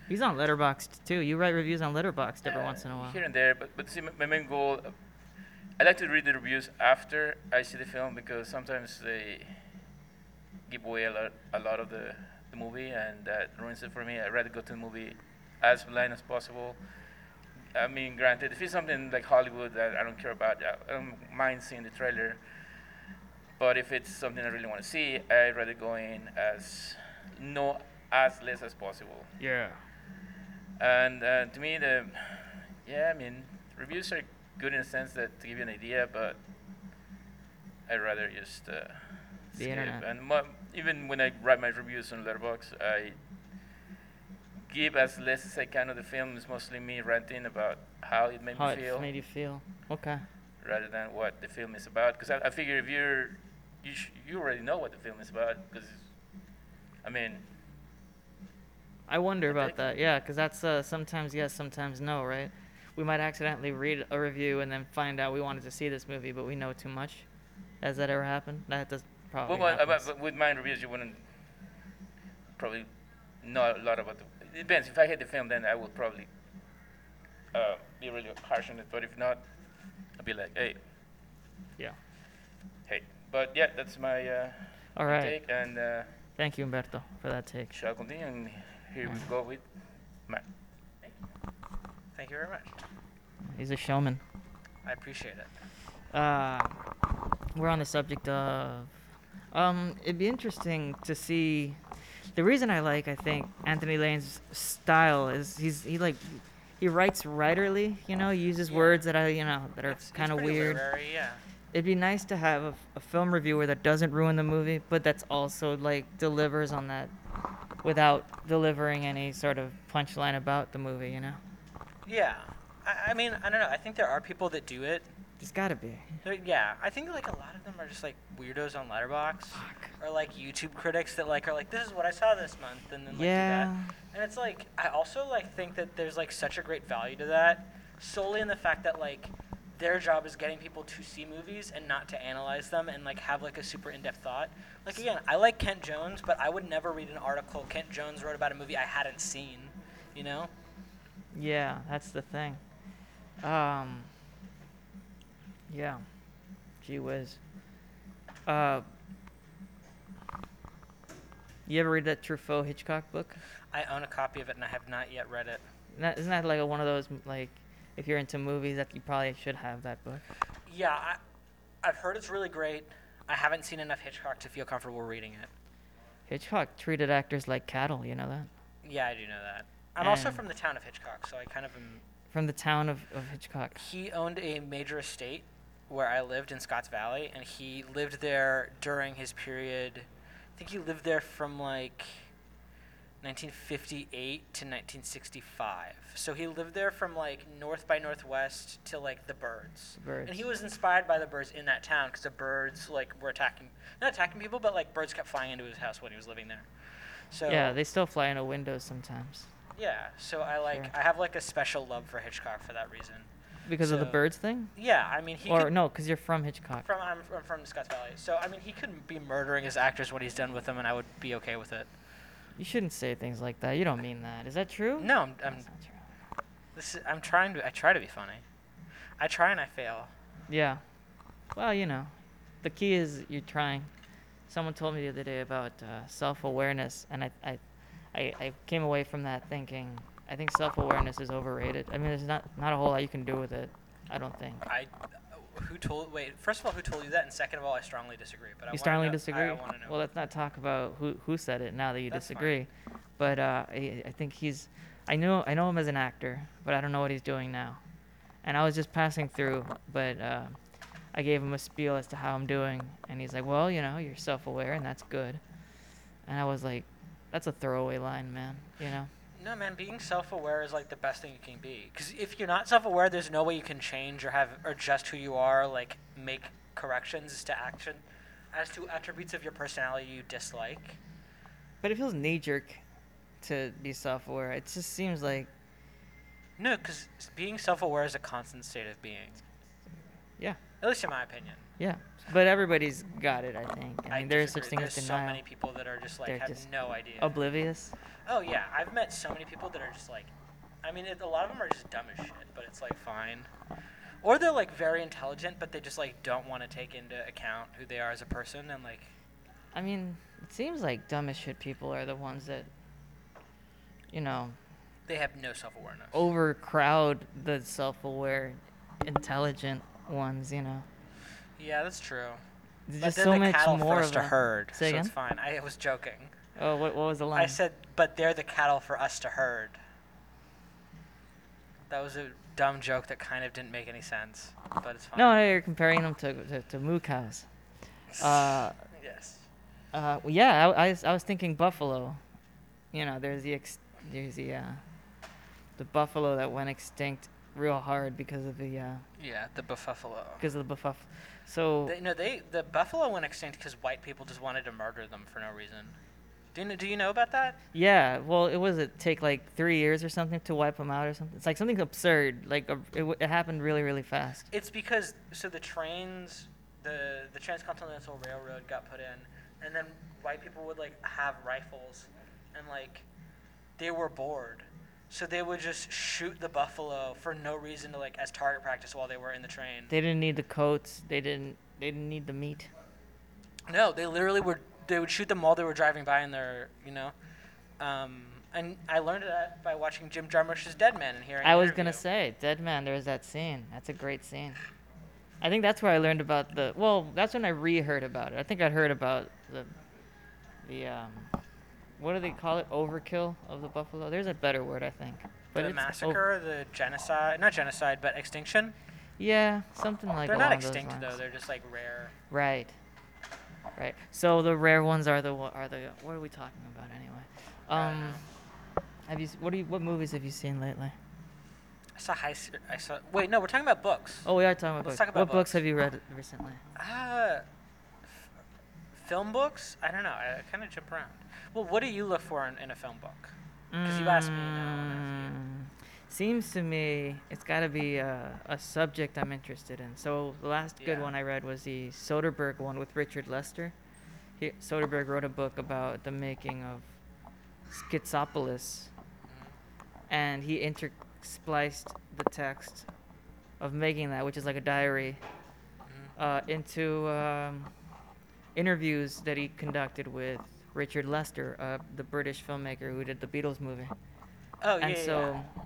[SPEAKER 2] He's on Letterboxd too. You write reviews on Letterboxd every
[SPEAKER 1] uh,
[SPEAKER 2] once in a while.
[SPEAKER 1] Here and there, but, but see, my, my main goal, uh, I like to read the reviews after I see the film because sometimes they give away a lot, a lot of the, the movie and that ruins it for me. I'd rather go to the movie as blind as possible. I mean, granted, if it's something like Hollywood that I don't care about, I I don't mind seeing the trailer. But if it's something I really want to see, I'd rather go in as
[SPEAKER 5] know as less as possible.
[SPEAKER 1] Yeah.
[SPEAKER 5] And uh, to me, the yeah, I mean, reviews are good in the sense that to give you an idea, but I'd rather just uh,
[SPEAKER 2] The internet.
[SPEAKER 5] And mo- even when I write my reviews on Letterboxd, I give as less as I can of the film. It's mostly me ranting about how it made
[SPEAKER 2] How
[SPEAKER 5] me
[SPEAKER 2] it
[SPEAKER 5] feel,
[SPEAKER 2] made you feel. Okay.
[SPEAKER 5] rather than what the film is about. Because I, I figure if you're you, sh- you already know what the film is about. Because I mean,
[SPEAKER 2] I wonder
[SPEAKER 5] think-
[SPEAKER 2] about that. Yeah, because that's uh, sometimes yes, sometimes no, right? We might accidentally read a review and then find out we wanted to see this movie, but we know too much. Has that ever happened? That does probably.
[SPEAKER 5] Well, but, uh, but,
[SPEAKER 2] happens.
[SPEAKER 5] but with my reviews, you wouldn't probably know a lot about the. It depends. If I hate the film, then I would probably uh, be really harsh on it. But if not, I'd be like, hey,
[SPEAKER 2] yeah.
[SPEAKER 5] hey. But yeah, that's my uh,
[SPEAKER 2] All right.
[SPEAKER 5] take, and uh,
[SPEAKER 2] Thank you, Umberto, for that take.
[SPEAKER 5] shall continue. And here we go with Matt.
[SPEAKER 3] Thank you very much.
[SPEAKER 2] He's a showman.
[SPEAKER 3] I appreciate it.
[SPEAKER 2] uh, we're on the subject of um, it'd be interesting to see the reason i like i think anthony lane's style is he's he like he writes writerly you know he uses
[SPEAKER 3] Yeah.
[SPEAKER 2] words that i you know that are
[SPEAKER 3] It's- it's
[SPEAKER 2] kind of
[SPEAKER 3] pretty
[SPEAKER 2] weird
[SPEAKER 3] literary, yeah.
[SPEAKER 2] it'd be nice to have a, a film reviewer that doesn't ruin the movie but that's also like delivers on that without delivering any sort of punchline about the movie you know
[SPEAKER 3] Yeah. I, I mean, I don't know. I think there are people that do it.
[SPEAKER 2] there's gotta be
[SPEAKER 3] There, yeah, I think like a lot of them are just like weirdos on Letterbox, or like YouTube critics that like are like, "This is what I saw this month," and then like do
[SPEAKER 2] yeah
[SPEAKER 3] that. And it's like I also like think that there's like such a great value to that, solely in the fact that like their job is getting people to see movies and not to analyze them and like have like a super in-depth thought. Like again, I like Kent Jones, but I would never read an article Kent Jones wrote about a movie I hadn't seen. You know?
[SPEAKER 2] Yeah, that's the thing. Um, yeah. Gee whiz. Uh, you ever read that Truffaut Hitchcock book?
[SPEAKER 3] I own a copy of it and I have not yet read it.
[SPEAKER 2] That, isn't that like a, one of those like, if you're into movies, that you probably should have that book.
[SPEAKER 3] Yeah, I, I've heard it's really great. I haven't seen enough Hitchcock to feel comfortable reading it.
[SPEAKER 2] Hitchcock treated actors like cattle. You know that.
[SPEAKER 3] Yeah, I do know that. I'm also
[SPEAKER 2] And-
[SPEAKER 3] from the town of Hitchcock, so I kind of am.
[SPEAKER 2] From the town of, of Hitchcock.
[SPEAKER 3] He owned a major estate where I lived in Scotts Valley, and he lived there during his period. I think he lived there from like 1958 to 1965. So he lived there from like North by Northwest to like the Birds.
[SPEAKER 2] The Byrds.
[SPEAKER 3] And he was inspired by the birds in that town because the birds like were attacking, not attacking people, but like birds kept flying into his house when he was living there. So
[SPEAKER 2] Yeah, they still fly into windows sometimes
[SPEAKER 3] yeah. So I like
[SPEAKER 2] Sure.
[SPEAKER 3] I have like a special love for Hitchcock for that reason.
[SPEAKER 2] because of the
[SPEAKER 3] So-
[SPEAKER 2] birds thing.
[SPEAKER 3] Yeah, I mean he
[SPEAKER 2] or
[SPEAKER 3] could-
[SPEAKER 2] no, because you're from Hitchcock.
[SPEAKER 3] From I'm, I'm from Scotts Valley, so I mean he could be murdering his actors when he's done with them, and I would be okay with it.
[SPEAKER 2] you shouldn't say things like that. You don't mean that. Is that true?
[SPEAKER 3] No, I'm, I'm
[SPEAKER 2] That's not true.
[SPEAKER 3] this is, I'm trying to I try to be funny. I try and I fail.
[SPEAKER 2] Yeah. Well, you know, the key is you're trying. Someone told me the other day about uh, self-awareness, and I, I, I, I came away from that thinking I think self-awareness is overrated. I mean, there's not not a whole lot you can do with it. I don't think.
[SPEAKER 3] I who told wait first of all who told you that, and second of all I strongly disagree. But I
[SPEAKER 2] you
[SPEAKER 3] wanna
[SPEAKER 2] strongly
[SPEAKER 3] know-
[SPEAKER 2] disagree.
[SPEAKER 3] I want to know.
[SPEAKER 2] Well, let's not talk about who who said it now that you
[SPEAKER 3] That's fine.
[SPEAKER 2] disagree. But uh, I, I think he's. I know I know him as an actor, but I don't know what he's doing now. And I was just passing through, but uh, I gave him a spiel as to how I'm doing, and he's like, "Well, you know, you're self-aware, and that's good." And I was like, "That's a throwaway line, man. You know,
[SPEAKER 3] no man, being self-aware is like the best thing you can be. Because if you're not self-aware, there's no way you can change or have or just who you are. Like make corrections as to action, as to attributes of your personality you dislike.
[SPEAKER 2] but it feels knee-jerk to be self-aware. It just seems like,
[SPEAKER 3] No, because being self-aware is a constant state of being.
[SPEAKER 2] yeah,
[SPEAKER 3] At least in my opinion.
[SPEAKER 2] yeah." But everybody's got it, I think. I mean,
[SPEAKER 3] I
[SPEAKER 2] there is such
[SPEAKER 3] disagree.
[SPEAKER 2] thing as
[SPEAKER 3] There's
[SPEAKER 2] denial.
[SPEAKER 3] so many people that are just like
[SPEAKER 2] They're
[SPEAKER 3] have
[SPEAKER 2] just
[SPEAKER 3] no idea.
[SPEAKER 2] Oblivious.
[SPEAKER 3] oh yeah, I've met so many people that are just like, I mean, it, a lot of them are just dumb as shit, but it's like fine. Or they're like very intelligent, but they just like don't want to take into account who they are as a person and like.
[SPEAKER 2] I mean, it seems like dumb as shit people are the ones that, you know,
[SPEAKER 3] They have no self-awareness.
[SPEAKER 2] Oh. overcrowd the self-aware, intelligent ones. You know,
[SPEAKER 3] Yeah, that's true.
[SPEAKER 2] there's
[SPEAKER 3] but
[SPEAKER 2] just
[SPEAKER 3] then
[SPEAKER 2] so
[SPEAKER 3] the
[SPEAKER 2] much
[SPEAKER 3] cattle
[SPEAKER 2] more
[SPEAKER 3] first
[SPEAKER 2] of
[SPEAKER 3] a
[SPEAKER 2] a-
[SPEAKER 3] herd,
[SPEAKER 2] Say
[SPEAKER 3] so it's
[SPEAKER 2] again?
[SPEAKER 3] fine. I was joking.
[SPEAKER 2] Oh, what, what was the line?
[SPEAKER 3] I said, but they're the cattle for us to herd. That was a dumb joke that kind of didn't make any sense, but it's fine.
[SPEAKER 2] no, no, you're comparing them to to, to moo cows. Uh,
[SPEAKER 3] Yes.
[SPEAKER 2] uh, well, yeah, I, I, was- I was thinking buffalo. You know, there's the ex- there's the uh, the buffalo that went extinct real hard because of the uh,
[SPEAKER 3] Yeah, the buffalo.
[SPEAKER 2] because of the buff. So
[SPEAKER 3] They, no, they the buffalo went extinct because white people just wanted to murder them for no reason. Do you know, do you know about that?
[SPEAKER 2] Yeah, well, it was it take like three years or something to wipe them out or something. It's like something absurd. Like a, it, w- it happened really, really fast.
[SPEAKER 3] It's because so the trains, the the transcontinental railroad got put in, and then white people would like have rifles, and like they were bored, so they would just shoot the buffalo for no reason to like as target practice while they were in the train.
[SPEAKER 2] They didn't need the coats. They didn't. They didn't need the meat.
[SPEAKER 3] No, they literally were. They would shoot them while they were driving by in their, you know. Um, and I learned that by watching Jim Jarmusch's Dead Man and hearing.
[SPEAKER 2] I
[SPEAKER 3] an
[SPEAKER 2] was gonna
[SPEAKER 3] interview.
[SPEAKER 2] say, Dead Man. There was that scene. That's a great scene. I think that's where I learned about the. Well, that's when I reheard about it. I think I heard about the, the um, what do they call it? Overkill of the buffalo. There's a better word, I think.
[SPEAKER 3] the
[SPEAKER 2] it's o-
[SPEAKER 3] massacre, the genocide, not genocide, but extinction.
[SPEAKER 2] yeah, something like.
[SPEAKER 3] they're not
[SPEAKER 2] along those
[SPEAKER 3] extinct though.
[SPEAKER 2] lines.
[SPEAKER 3] They're just like rare.
[SPEAKER 2] Right. Right. So the rare ones are the wa- are the what are we talking about anyway? Um, have you s- what do you, what movies have you seen lately?
[SPEAKER 3] I saw high. Se- I saw. Wait, no, we're talking about books.
[SPEAKER 2] Oh, we are talking about
[SPEAKER 3] Let's
[SPEAKER 2] books.
[SPEAKER 3] talk about
[SPEAKER 2] what
[SPEAKER 3] books.
[SPEAKER 2] books. have you read recently?
[SPEAKER 3] Uh, f- film books? I don't know. I, I kind of jump around. Well, what do you look for in, in a film book? Because you asked me. and I wanna ask you.
[SPEAKER 2] Mm, Seems to me it's got to be a, a subject I'm interested in. So the last good
[SPEAKER 3] Yeah.
[SPEAKER 2] one I read was the Soderbergh one with Richard Lester. He, Soderbergh wrote a book about the making of Schizopolis,
[SPEAKER 3] Mm-hmm.
[SPEAKER 2] and he interspliced the text of making that, which is like a diary,
[SPEAKER 3] Mm-hmm.
[SPEAKER 2] uh, into um, interviews that he conducted with Richard Lester, uh, the British filmmaker who did the Beatles movie.
[SPEAKER 3] Oh yeah.
[SPEAKER 2] And
[SPEAKER 3] yeah,
[SPEAKER 2] so,
[SPEAKER 3] yeah.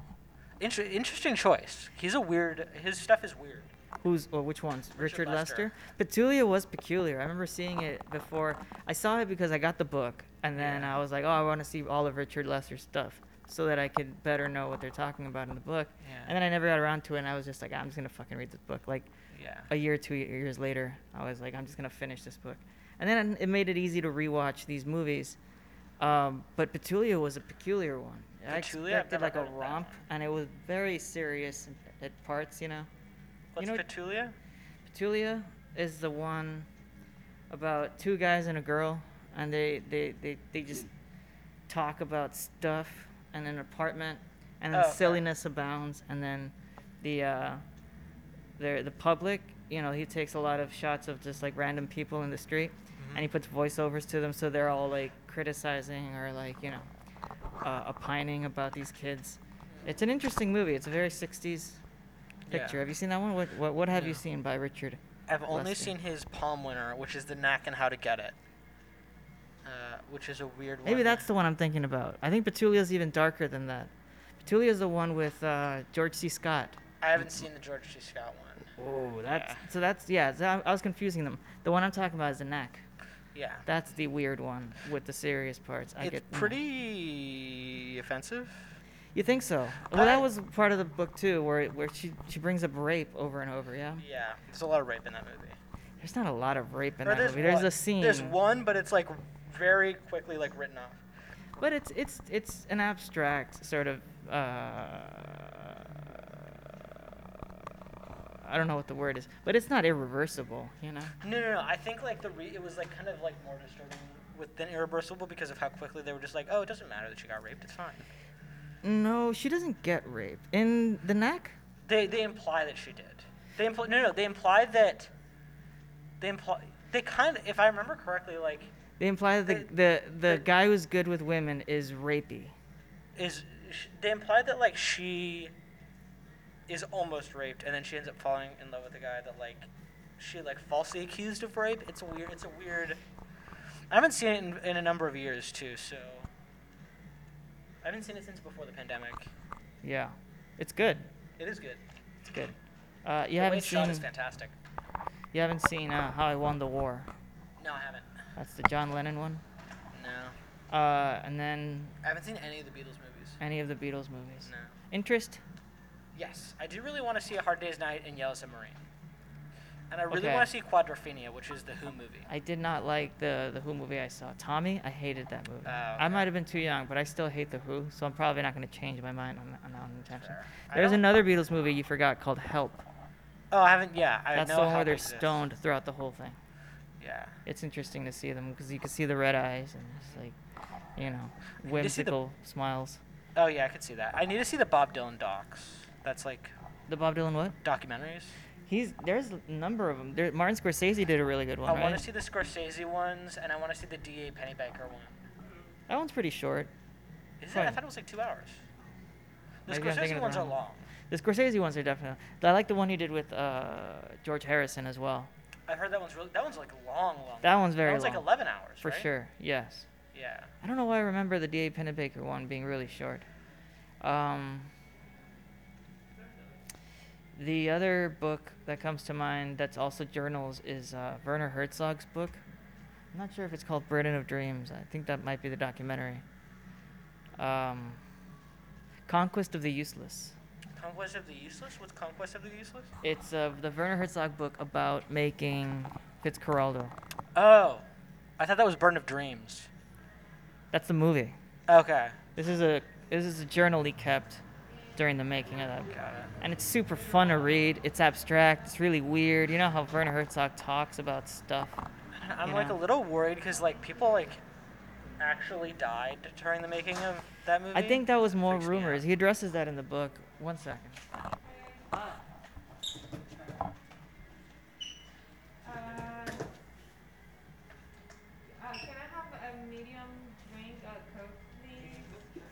[SPEAKER 3] Inter- interesting choice. He's a weird. His stuff is weird.
[SPEAKER 2] who's or which ones?
[SPEAKER 3] Richard
[SPEAKER 2] Richard,
[SPEAKER 3] Lester.
[SPEAKER 2] Lester. Petulia was peculiar. I remember seeing it before. I saw it because I got the book, and then
[SPEAKER 3] Yeah.
[SPEAKER 2] I was like, oh, I want to see all of Richard Lester's stuff so that I could better know what they're talking about in the book.
[SPEAKER 3] Yeah.
[SPEAKER 2] And then I never got around to it, and I was just like, I'm just gonna fucking read this book. Like
[SPEAKER 3] Yeah.
[SPEAKER 2] a year, two years later, I was like, I'm just gonna finish this book. And then it made it easy to rewatch these movies. Um, but Petulia was a peculiar one. I
[SPEAKER 3] Petulia? I've
[SPEAKER 2] expected
[SPEAKER 3] never
[SPEAKER 2] like a
[SPEAKER 3] heard of that
[SPEAKER 2] romp,
[SPEAKER 3] one.
[SPEAKER 2] and it was very serious at parts, you know.
[SPEAKER 3] What's
[SPEAKER 2] know-
[SPEAKER 3] Petulia?
[SPEAKER 2] Petulia is the one about two guys and a girl, and they, they, they, they just talk about stuff and an apartment, and then
[SPEAKER 3] Oh, okay.
[SPEAKER 2] silliness abounds, and then the uh, the the public. You know, he takes a lot of shots of just like random people in the street,
[SPEAKER 3] Mm-hmm.
[SPEAKER 2] and he puts voiceovers to them, so they're all like criticizing or like you know, uh, opining about these kids. It's an interesting movie. It's a very '60s
[SPEAKER 3] Yeah.
[SPEAKER 2] picture. Have you seen that one? What what, what have you
[SPEAKER 3] No.
[SPEAKER 2] seen by Richard?
[SPEAKER 3] I've only
[SPEAKER 2] Lester.
[SPEAKER 3] seen his Palm Winner, which is the knack and how to get it. Uh, which is a weird one.
[SPEAKER 2] Maybe that's the one I'm thinking about. I think Petulia's even darker than that. Petulia's the one with uh, George C. Scott.
[SPEAKER 3] I haven't seen the George C. Scott one.
[SPEAKER 2] Oh, that's so. That's yeah. so I, I was confusing them. The one I'm talking about is the neck.
[SPEAKER 3] Yeah.
[SPEAKER 2] That's the weird one with the serious parts. I
[SPEAKER 3] it's
[SPEAKER 2] get mm. no.
[SPEAKER 3] pretty offensive.
[SPEAKER 2] You think so? Well, that
[SPEAKER 3] I-
[SPEAKER 2] was part of the book too, where where she she brings up rape over and over. Yeah.
[SPEAKER 3] Yeah. There's a lot of rape in that movie.
[SPEAKER 2] There's not a lot of rape in
[SPEAKER 3] Or
[SPEAKER 2] that movie. There's
[SPEAKER 3] one-
[SPEAKER 2] a scene.
[SPEAKER 3] There's one, but it's like very quickly like written off.
[SPEAKER 2] But it's it's it's an abstract sort of. Uh, I don't know what the word is, but it's not irreversible, you know.
[SPEAKER 3] No, no, no. I think like the re- it was like kind of like more disturbing with than irreversible because of how quickly they were just like, oh, it doesn't matter that she got raped. It's fine.
[SPEAKER 2] No, she doesn't get raped in the neck.
[SPEAKER 3] They they imply that she did. They imply no no. They imply that. They imply they kind of if I remember correctly like
[SPEAKER 2] They imply that the the, the guy who's good with women is rapey.
[SPEAKER 3] is sh- they imply that like she is almost raped and then she ends up falling in love with a guy that like she like falsely accused of rape. It's a weird. It's a weird. I haven't seen it in, in a number of years too. So I haven't seen it since before the pandemic.
[SPEAKER 2] Yeah, it's good.
[SPEAKER 3] It is good.
[SPEAKER 2] It's good. Uh, you
[SPEAKER 3] the way
[SPEAKER 2] haven't
[SPEAKER 3] it's shot is
[SPEAKER 2] seen
[SPEAKER 3] fantastic.
[SPEAKER 2] you haven't seen uh, How I Won the War.
[SPEAKER 3] No, I haven't.
[SPEAKER 2] That's the John Lennon one. Uh,
[SPEAKER 3] No.
[SPEAKER 2] Uh, and then
[SPEAKER 3] I haven't seen any of the Beatles movies.
[SPEAKER 2] any of the Beatles movies.
[SPEAKER 3] No.
[SPEAKER 2] Interest?
[SPEAKER 3] Yes, I do really want to see A Hard Day's Night and Yellow Submarine. And I really
[SPEAKER 2] Okay.
[SPEAKER 3] want to see Quadrophenia, which is the Who movie.
[SPEAKER 2] I did not like the the Who movie I saw. Tommy, I hated that movie.
[SPEAKER 3] Oh,
[SPEAKER 2] I
[SPEAKER 3] okay.
[SPEAKER 2] might have been too young, but I still hate the Who, so I'm probably not going to change my mind on on, on intention.
[SPEAKER 3] Fair. I
[SPEAKER 2] There's
[SPEAKER 3] don't-
[SPEAKER 2] another Beatles movie you forgot called Help.
[SPEAKER 3] Oh, I haven't. Yeah, I
[SPEAKER 2] That's
[SPEAKER 3] know
[SPEAKER 2] the one
[SPEAKER 3] how
[SPEAKER 2] where
[SPEAKER 3] it
[SPEAKER 2] they're
[SPEAKER 3] exists.
[SPEAKER 2] stoned throughout the whole thing.
[SPEAKER 3] Yeah.
[SPEAKER 2] It's interesting to see them because you can see the red eyes and just like, you know,
[SPEAKER 3] to see the-
[SPEAKER 2] whimsical smiles.
[SPEAKER 3] Oh yeah, I could see that. I need to see the Bob Dylan docs. That's like
[SPEAKER 2] The Bob Dylan what?
[SPEAKER 3] documentaries.
[SPEAKER 2] He's there's a number of them. There, Martin Scorsese did a really good one,
[SPEAKER 3] I
[SPEAKER 2] right?
[SPEAKER 3] want to see the Scorsese ones, and I want to see the D.A. Pennybaker one.
[SPEAKER 2] that one's pretty short.
[SPEAKER 3] Is it? I
[SPEAKER 2] Fine.
[SPEAKER 3] thought it was like two hours. The
[SPEAKER 2] Maybe I'm thinking
[SPEAKER 3] Scorsese
[SPEAKER 2] of the
[SPEAKER 3] ones are
[SPEAKER 2] wrong
[SPEAKER 3] long.
[SPEAKER 2] one. The Scorsese ones are definitely. I like the one he did with uh, George Harrison as well.
[SPEAKER 3] I heard that one's really. That one's like long, long.
[SPEAKER 2] That one's very
[SPEAKER 3] That one's like
[SPEAKER 2] long.
[SPEAKER 3] eleven hours.
[SPEAKER 2] For
[SPEAKER 3] right?
[SPEAKER 2] sure, yes.
[SPEAKER 3] Yeah.
[SPEAKER 2] I don't know why I remember the D.A. Pennebaker one being really short. Um, the other book that comes to mind that's also journals is uh, Werner Herzog's book. I'm not sure if it's called Burden of Dreams. I think that might be the documentary. Um, Conquest of the Useless.
[SPEAKER 3] Conquest of the Useless. What's Conquest of the Useless?
[SPEAKER 2] It's uh, the Werner Herzog book about making Fitzcarraldo.
[SPEAKER 3] Oh, I thought that was Burn of Dreams.
[SPEAKER 2] That's the movie.
[SPEAKER 3] Okay.
[SPEAKER 2] This is a this is a journal he kept during the making of that
[SPEAKER 3] Got it.
[SPEAKER 2] and it's super fun to read. It's abstract. It's really weird. You know how Werner Herzog talks about stuff.
[SPEAKER 3] I'm
[SPEAKER 2] You
[SPEAKER 3] like
[SPEAKER 2] know?
[SPEAKER 3] a little worried because like people like actually died during the making of that movie.
[SPEAKER 2] I think that was more
[SPEAKER 3] Freaks me out.
[SPEAKER 2] rumors. He addresses that in the book. One second.
[SPEAKER 4] Uh, can I have a medium drink, a coke, please?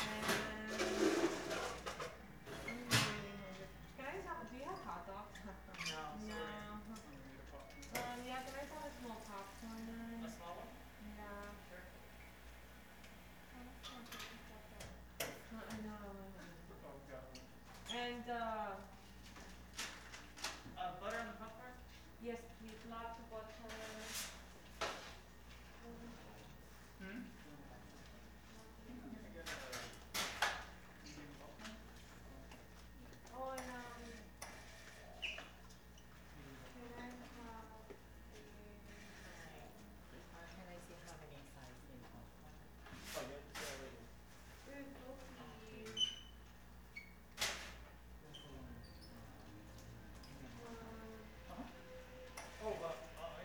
[SPEAKER 4] And I'm really hungry. Can I just have? Do you have hot dogs? no. No. Um, yeah. Can I just have a small popcorn? Then? A small one? Yeah. Sure. I know. And uh.
[SPEAKER 2] Uh, butter on the popcorn.
[SPEAKER 4] Yes, please, lots of butter. Oh, and, um, can I have
[SPEAKER 2] uh,
[SPEAKER 4] the Google, please? Um,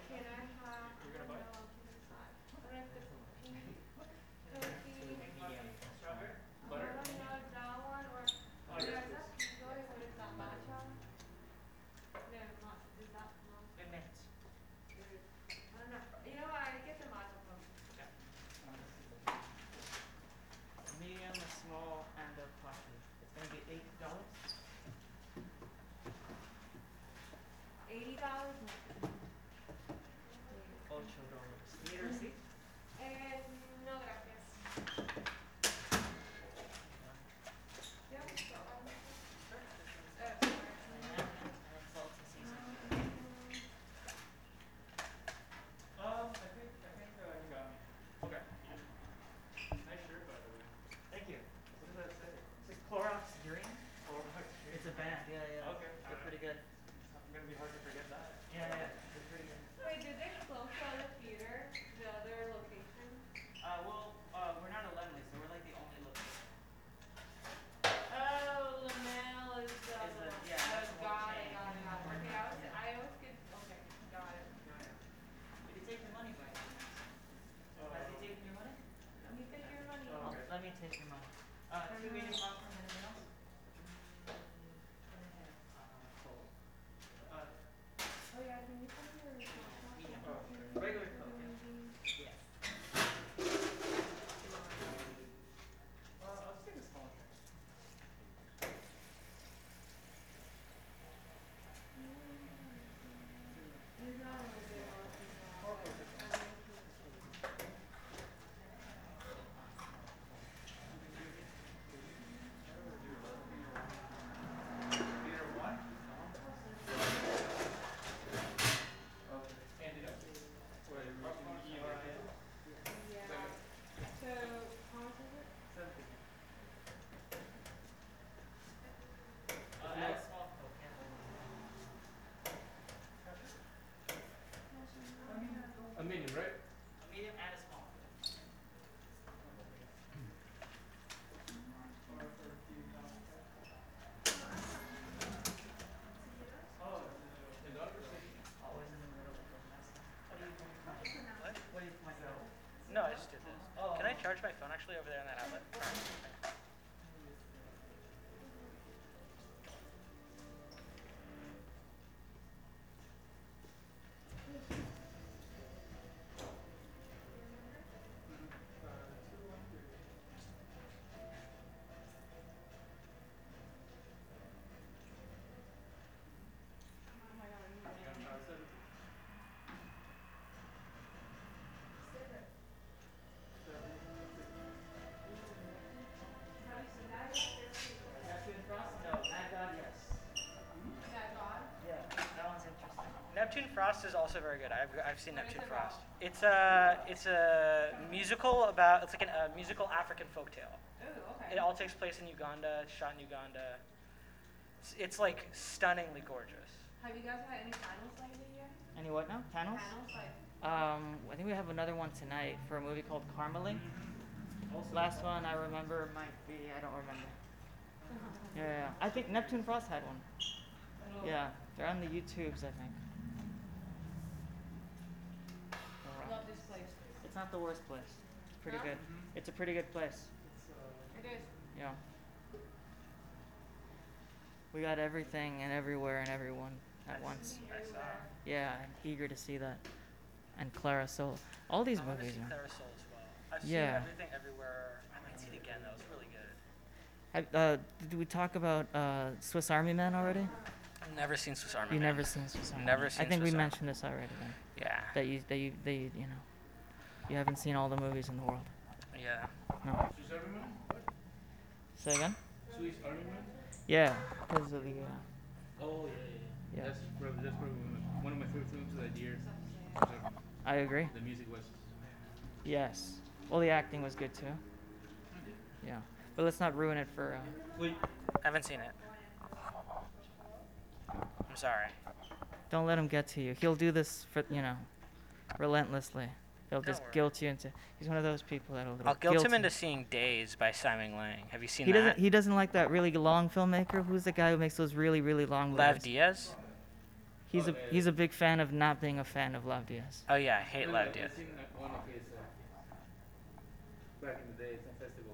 [SPEAKER 4] can I have, I don't know, can I decide? What if the pink cookie? Um, I don't know, that one or, or is that Pico, or is that matcha? No, it's not, is that, no, is it, I don't know, you know what, I get the matcha from.
[SPEAKER 2] Medium, small, and a coffee. It's gonna be eight dollars.
[SPEAKER 4] Eighty dollars?
[SPEAKER 2] Ocho dollars. Need a receipt?
[SPEAKER 4] Eh, no, gracias. Yeah, so, um, uh, sorry.
[SPEAKER 2] Thank you. What does that say? It's Clorox Dream. It's a band. Yeah, yeah. Okay. They're pretty good. I'm gonna be hard to forget that. Yeah, yeah. They're pretty good.
[SPEAKER 4] Wait, did they close the other theater, the other location?
[SPEAKER 2] Uh, well, uh, we're not a Lemley, so we're like the only location.
[SPEAKER 4] Oh, Lamel is the
[SPEAKER 2] Is
[SPEAKER 4] other
[SPEAKER 2] it-
[SPEAKER 4] one.
[SPEAKER 2] yeah, that's the
[SPEAKER 4] Oh,
[SPEAKER 2] one
[SPEAKER 4] Got it,
[SPEAKER 2] chain.
[SPEAKER 4] got it, got it. Okay, I was, I always get, okay, got it.
[SPEAKER 2] We could take your money back. Has he taken your money?
[SPEAKER 4] Let me take your money.
[SPEAKER 2] Oh, Let me take your money. Uh, two medium popcorn, anything else? Uh, cold. Uh,
[SPEAKER 4] Oh, yeah, can you put your
[SPEAKER 2] medium. Regular coke, yeah. Yes.
[SPEAKER 3] Oh.
[SPEAKER 4] Yes.
[SPEAKER 3] Frost is also very good. I've, I've seen Neptune Frost. It's a it's a musical about it's like an, a musical African folktale.
[SPEAKER 4] Ooh, okay.
[SPEAKER 3] It all takes place in Uganda. It's shot in Uganda. It's, it's like stunningly gorgeous.
[SPEAKER 4] Have you guys had any panels like this year?
[SPEAKER 2] Any what now? Panels?
[SPEAKER 4] Panels like
[SPEAKER 2] Um, I think we have another one tonight for a movie called Carmeling. Last one I remember might be I don't remember. Yeah, yeah, yeah. I think Neptune Frost had one. Yeah, they're on the YouTubes I think.
[SPEAKER 4] I
[SPEAKER 2] Alright.
[SPEAKER 4] love this place.
[SPEAKER 2] It's not the worst place. It's pretty
[SPEAKER 4] No?
[SPEAKER 2] good.
[SPEAKER 3] Mm-hmm.
[SPEAKER 2] It's a pretty good place.
[SPEAKER 3] uh,
[SPEAKER 4] It is.
[SPEAKER 2] Yeah. We got everything and everywhere and everyone at once.
[SPEAKER 3] I saw.
[SPEAKER 2] Yeah, I'm eager to see that. And Clara Soul. All these
[SPEAKER 3] I want to
[SPEAKER 2] movies.
[SPEAKER 3] see
[SPEAKER 2] man.
[SPEAKER 3] Clara Soul as well. I've
[SPEAKER 2] Yeah.
[SPEAKER 3] seen everything everywhere. I might see it again. That was really good.
[SPEAKER 2] Have- Uh, did we talk about uh, Swiss Army Man already?
[SPEAKER 3] I've never seen Swiss Army.
[SPEAKER 2] You
[SPEAKER 3] Man.
[SPEAKER 2] never seen Swiss Army.
[SPEAKER 3] Never
[SPEAKER 2] Man. I
[SPEAKER 3] seen
[SPEAKER 2] think we
[SPEAKER 3] Swiss Army.
[SPEAKER 2] mentioned this already. Then.
[SPEAKER 3] Yeah.
[SPEAKER 2] That you, that you, that you, you know, you haven't seen all the movies in the world.
[SPEAKER 3] Yeah.
[SPEAKER 2] No.
[SPEAKER 6] Swiss Army Man? What?
[SPEAKER 2] Say again?
[SPEAKER 6] Swiss Army Man?
[SPEAKER 2] Yeah, because of the. Uh,
[SPEAKER 6] Oh yeah, yeah.
[SPEAKER 2] Yeah.
[SPEAKER 6] That's probably that's probably one of my, one of my favorite films of that year. It was like,
[SPEAKER 2] I agree.
[SPEAKER 6] the music was.
[SPEAKER 2] Yes. Well, the acting was good too. Yeah, but let's not ruin it for. Uh,
[SPEAKER 6] Wait,
[SPEAKER 3] I haven't seen it. I'm sorry.
[SPEAKER 2] Don't let him get to you. He'll do this for you know, relentlessly. He'll just
[SPEAKER 3] worry.
[SPEAKER 2] guilt you into. He's one of those people that'll.
[SPEAKER 3] I'll guilt him
[SPEAKER 2] you.
[SPEAKER 3] into seeing Days by Simon Lang. Have you seen
[SPEAKER 2] He
[SPEAKER 3] that?
[SPEAKER 2] doesn't. He doesn't like that really long filmmaker. Who's the guy who makes those really really long?
[SPEAKER 3] Lav
[SPEAKER 2] movies?
[SPEAKER 3] Diaz?
[SPEAKER 2] He's a he's a big fan of not being a fan of Lav Diaz.
[SPEAKER 3] Oh yeah, I hate
[SPEAKER 6] no, no,
[SPEAKER 3] Lav Diaz.
[SPEAKER 6] I've seen uh, one of his uh, back in the day. It's a festival.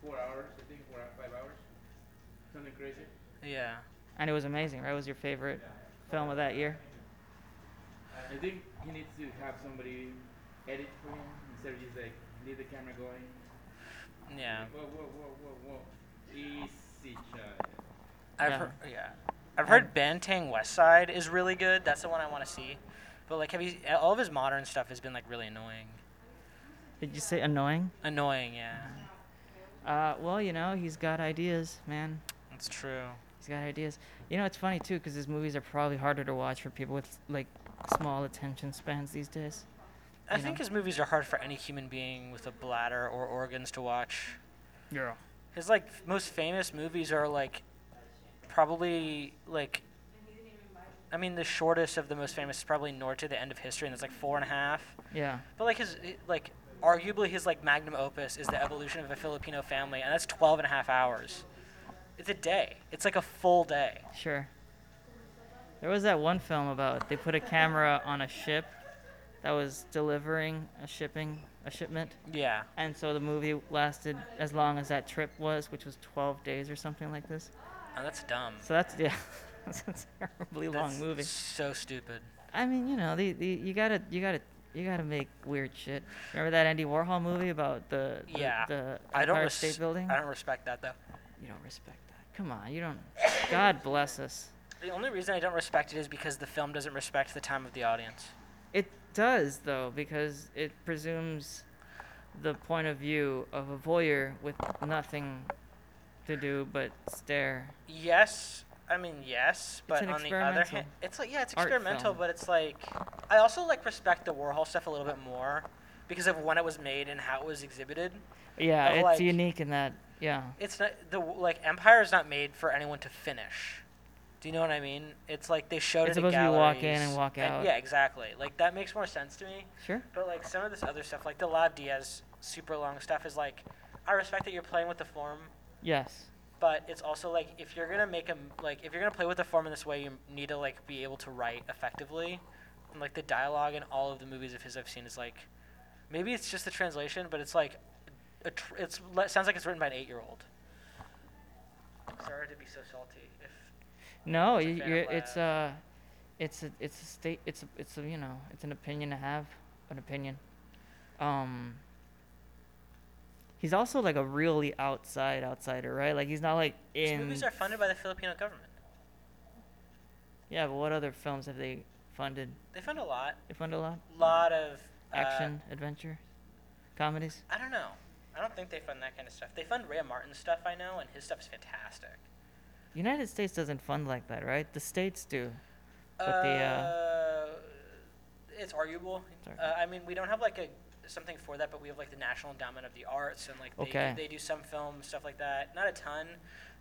[SPEAKER 6] Four hours, I think, four five hours. Something crazy.
[SPEAKER 3] Yeah.
[SPEAKER 2] And it was amazing, right? It was your favorite film of that year.
[SPEAKER 6] I think he needs to have somebody edit for him instead of just like leave the camera going.
[SPEAKER 3] Yeah.
[SPEAKER 6] Whoa, whoa, whoa, whoa, whoa. Easy child.
[SPEAKER 3] I've
[SPEAKER 2] Yeah.
[SPEAKER 3] heard yeah. I've heard Bantang West Side is really good. That's the one I want to see. But like have you all of his modern stuff has been like really annoying.
[SPEAKER 2] Did you say annoying?
[SPEAKER 3] Annoying, yeah.
[SPEAKER 2] Uh, well, you know, he's got ideas, man.
[SPEAKER 3] That's true.
[SPEAKER 2] He's got ideas. You know, it's funny too, because his movies are probably harder to watch for people with like small attention spans these days.
[SPEAKER 3] I
[SPEAKER 2] You
[SPEAKER 3] think
[SPEAKER 2] know?
[SPEAKER 3] his movies are hard for any human being with a bladder or organs to watch.
[SPEAKER 2] Yeah.
[SPEAKER 3] His like f- most famous movies are like probably like I mean the shortest of the most famous is probably Norte, the end of history, and it's like four and a half.
[SPEAKER 2] Yeah.
[SPEAKER 3] But like his i- like arguably his like magnum opus is the evolution of a Filipino family, and that's 12 and a half hours. It's a day. It's like a full day.
[SPEAKER 2] Sure. There was that one film about they put a camera on a ship that was delivering a shipping a shipment
[SPEAKER 3] Yeah.
[SPEAKER 2] and so the movie lasted as long as that trip was, which was 12 days or something like this.
[SPEAKER 3] Oh, that's dumb.
[SPEAKER 2] So that's yeah, that's a terribly long
[SPEAKER 3] That's
[SPEAKER 2] movie.
[SPEAKER 3] So stupid.
[SPEAKER 2] I mean, you know, the, the you gotta you gotta you gotta make weird shit. Remember that Andy Warhol movie about the, the
[SPEAKER 3] Yeah.
[SPEAKER 2] the
[SPEAKER 3] I don't
[SPEAKER 2] Empire
[SPEAKER 3] res-
[SPEAKER 2] State Building?
[SPEAKER 3] I don't respect that though.
[SPEAKER 2] You don't respect that. Come on, you don't. God bless us.
[SPEAKER 3] The only reason I don't respect it is because the film doesn't respect the time of the audience.
[SPEAKER 2] It does though, because it presumes the point of view of a voyeur with nothing to do but stare.
[SPEAKER 3] Yes, I mean yes, but
[SPEAKER 2] an
[SPEAKER 3] on the other hand,
[SPEAKER 2] experimental
[SPEAKER 3] it's like yeah, it's
[SPEAKER 2] art
[SPEAKER 3] experimental,
[SPEAKER 2] film.
[SPEAKER 3] but it's like I also like respect the Warhol stuff a little bit more because of when it was made and how it was exhibited.
[SPEAKER 2] Yeah,
[SPEAKER 3] Of,
[SPEAKER 2] it's
[SPEAKER 3] like-
[SPEAKER 2] unique in that. Yeah.
[SPEAKER 3] It's not the like Empire is not made for anyone to finish. Do you know what I mean? It's like they showed
[SPEAKER 2] It's
[SPEAKER 3] it at
[SPEAKER 2] supposed to be walk in
[SPEAKER 3] galleries,
[SPEAKER 2] and walk out.
[SPEAKER 3] yeah, exactly. Like that makes more sense to me.
[SPEAKER 2] Sure.
[SPEAKER 3] But like some of this other stuff, like the Lab Diaz super long stuff, is like I respect that you're playing with the form,
[SPEAKER 2] Yes.
[SPEAKER 3] but it's also like if you're gonna make a m- like if you're gonna play with the form in this way, you need to like be able to write effectively. And like the dialogue in all of the movies of his I've seen is like maybe it's just the translation, but it's like a tr- it's le- sounds like it's written by an eight year old. Sorry to be so salty. If
[SPEAKER 2] No,
[SPEAKER 3] It's a
[SPEAKER 2] you,
[SPEAKER 3] fan
[SPEAKER 2] you're,
[SPEAKER 3] of
[SPEAKER 2] it's
[SPEAKER 3] Laz.
[SPEAKER 2] a, it's a, it's a state. It's a, it's a, you know, it's an opinion to have, an opinion. Um. He's also like a really outside outsider, right? Like he's not like
[SPEAKER 3] these
[SPEAKER 2] in.
[SPEAKER 3] movies are funded by the Filipino government.
[SPEAKER 2] yeah, but what other films have they funded?
[SPEAKER 3] They fund a lot,
[SPEAKER 2] They fund a lot.
[SPEAKER 3] lot of uh,
[SPEAKER 2] Action, adventure, comedies.
[SPEAKER 3] I don't know. I don't think they fund that kind of stuff. They fund Ray Martin's stuff, I know, and his stuff's fantastic.
[SPEAKER 2] United States doesn't fund like that, right? The states do. But
[SPEAKER 3] uh,
[SPEAKER 2] the,
[SPEAKER 3] it's arguable.
[SPEAKER 2] Sorry.
[SPEAKER 3] Uh, I mean, we don't have like a something for that, but we have like the National Endowment of the Arts, and like they,
[SPEAKER 2] Okay.
[SPEAKER 3] they do some film stuff like that. Not a ton.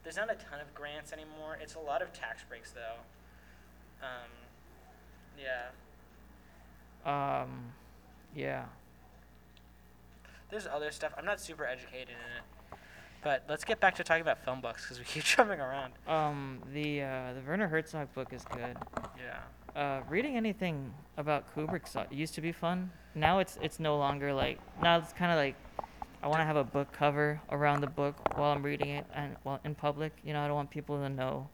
[SPEAKER 3] There's not a ton of grants anymore. It's a lot of tax breaks though. Um, yeah,
[SPEAKER 2] Um, yeah.
[SPEAKER 3] there's other stuff. I'm not super educated in it, but let's get back to talking about film books because we keep jumping around.
[SPEAKER 2] Um, the uh, the Werner Herzog book is good.
[SPEAKER 3] Yeah.
[SPEAKER 2] Uh, reading anything about Kubrick so- used to be fun. Now it's it's no longer like now it's kind of like I want to have a book cover around the book while I'm reading it and while in public. You know, I don't want people to know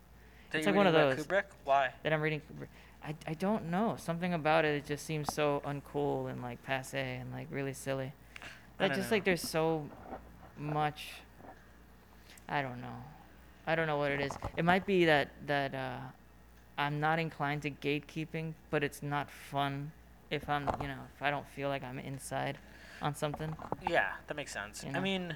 [SPEAKER 3] Did
[SPEAKER 2] It's
[SPEAKER 3] you
[SPEAKER 2] like one
[SPEAKER 3] read
[SPEAKER 2] of
[SPEAKER 3] about
[SPEAKER 2] those.
[SPEAKER 3] Kubrick? Why?
[SPEAKER 2] that I'm reading Kubrick. I, I don't know. Something about it, it just seems so uncool and like passe and like really silly.
[SPEAKER 3] I
[SPEAKER 2] That
[SPEAKER 3] don't
[SPEAKER 2] just
[SPEAKER 3] know.
[SPEAKER 2] like there's so much. I don't know. I don't know what it is. It might be that that uh, I'm not inclined to gatekeeping, but it's not fun if I'm you know if I don't feel like I'm inside on something.
[SPEAKER 3] Yeah, that makes sense.
[SPEAKER 2] You
[SPEAKER 3] I
[SPEAKER 2] know?
[SPEAKER 3] mean,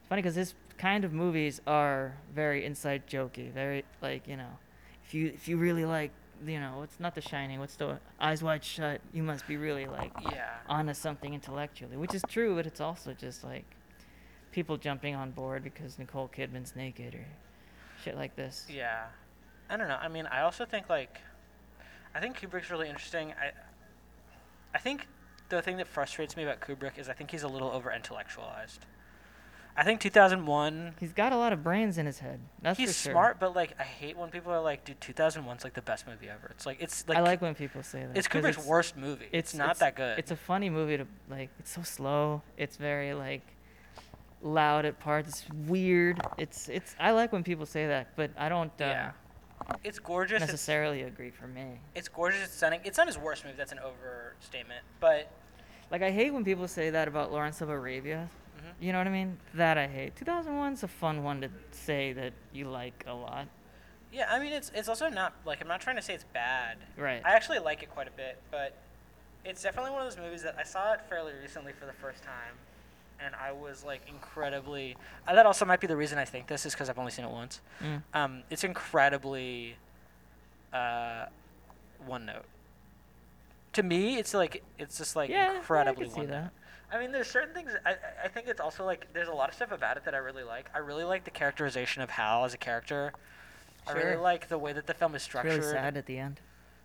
[SPEAKER 2] It's funny because this kind of movies are very inside jokey, very like you know, if you if you really like you know, it's not The Shining, what's the Eyes Wide Shut? You must be really like
[SPEAKER 3] yeah.
[SPEAKER 2] onto something intellectually, which is true, but it's also just like people jumping on board because Nicole Kidman's naked or shit like this.
[SPEAKER 3] Yeah, I don't know. I mean, I also think like, I think Kubrick's really interesting. I, I think the thing that frustrates me about Kubrick is I think he's a little over intellectualized. I think 2001.
[SPEAKER 2] He's got a lot of brains in his head. That's
[SPEAKER 3] he's
[SPEAKER 2] for sure.
[SPEAKER 3] smart, but like I hate when people are like, "Dude, 2001's like the best movie ever." It's like it's like,
[SPEAKER 2] I like when people say that.
[SPEAKER 3] it's
[SPEAKER 2] 'cause
[SPEAKER 3] Kubrick's worst movie. It's, not that good.
[SPEAKER 2] It's a funny movie to like. It's so slow. It's very like loud at parts. It's weird. It's it's. I like when people say that, but I don't uh,
[SPEAKER 3] Yeah. it's gorgeous. It's,
[SPEAKER 2] necessarily agree. For me,
[SPEAKER 3] it's gorgeous. It's stunning. It's not his worst movie. That's an overstatement, but
[SPEAKER 2] like I hate when people say that about Lawrence of Arabia.
[SPEAKER 3] Mm-hmm.
[SPEAKER 2] You know what I mean? That I hate. 2001's a fun one to say that you like a lot.
[SPEAKER 3] yeah. I mean, it's it's also not like I'm not trying to say it's bad.
[SPEAKER 2] Right.
[SPEAKER 3] I actually like it quite a bit, but it's definitely one of those movies that I saw it fairly recently for the first time, and I was like incredibly. Uh, that also might be the reason I think this is because I've only seen it once.
[SPEAKER 2] Mm.
[SPEAKER 3] Um, it's incredibly uh, one note. To me, it's like it's just like
[SPEAKER 2] yeah,
[SPEAKER 3] incredibly
[SPEAKER 2] yeah, I can
[SPEAKER 3] one
[SPEAKER 2] see
[SPEAKER 3] note.
[SPEAKER 2] that.
[SPEAKER 3] I mean, there's certain things. I, I- I think it's also like there's a lot of stuff about it that I really like. I really like the characterization of Hal as a character. I
[SPEAKER 2] Sure.
[SPEAKER 3] really like the way that the film is
[SPEAKER 2] It's
[SPEAKER 3] structured.
[SPEAKER 2] really sad at the end.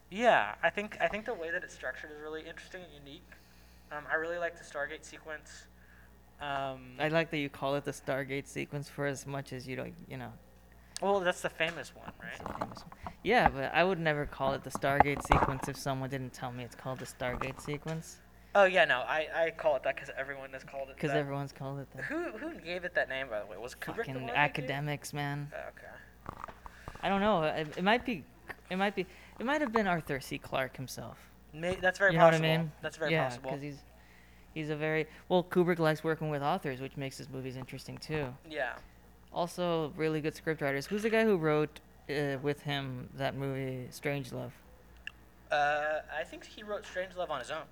[SPEAKER 3] Yeah, I think I think the way that it's structured is really interesting and unique. Um, I really like the Stargate sequence. Um,
[SPEAKER 2] I like that you call it the Stargate sequence for as much as you don't, you know,
[SPEAKER 3] well, that's the famous one,
[SPEAKER 2] It's
[SPEAKER 3] right?
[SPEAKER 2] a famous one. Yeah, but I would never call it the Stargate sequence if someone didn't tell me it's called the Stargate sequence
[SPEAKER 3] Oh yeah, no, I, I call it that because everyone has called it.
[SPEAKER 2] because
[SPEAKER 3] that.
[SPEAKER 2] everyone's called it the
[SPEAKER 3] Who who gave it that name by the way? Was Kubrick the
[SPEAKER 2] fucking
[SPEAKER 3] one that gave-
[SPEAKER 2] academics, man.
[SPEAKER 3] Oh, okay.
[SPEAKER 2] I don't know. It, it might be, it might be, it might have been Arthur C. Clarke himself.
[SPEAKER 3] May, that's very
[SPEAKER 2] you know
[SPEAKER 3] possible.
[SPEAKER 2] what I mean?
[SPEAKER 3] That's very
[SPEAKER 2] yeah,
[SPEAKER 3] possible.
[SPEAKER 2] because he's he's a very well. Kubrick likes working with authors, which makes his movies interesting too.
[SPEAKER 3] Yeah.
[SPEAKER 2] Also, really good scriptwriters. Who's the guy who wrote uh, with him that movie Strange Love?
[SPEAKER 3] Uh, I think he wrote Strange Love on his own.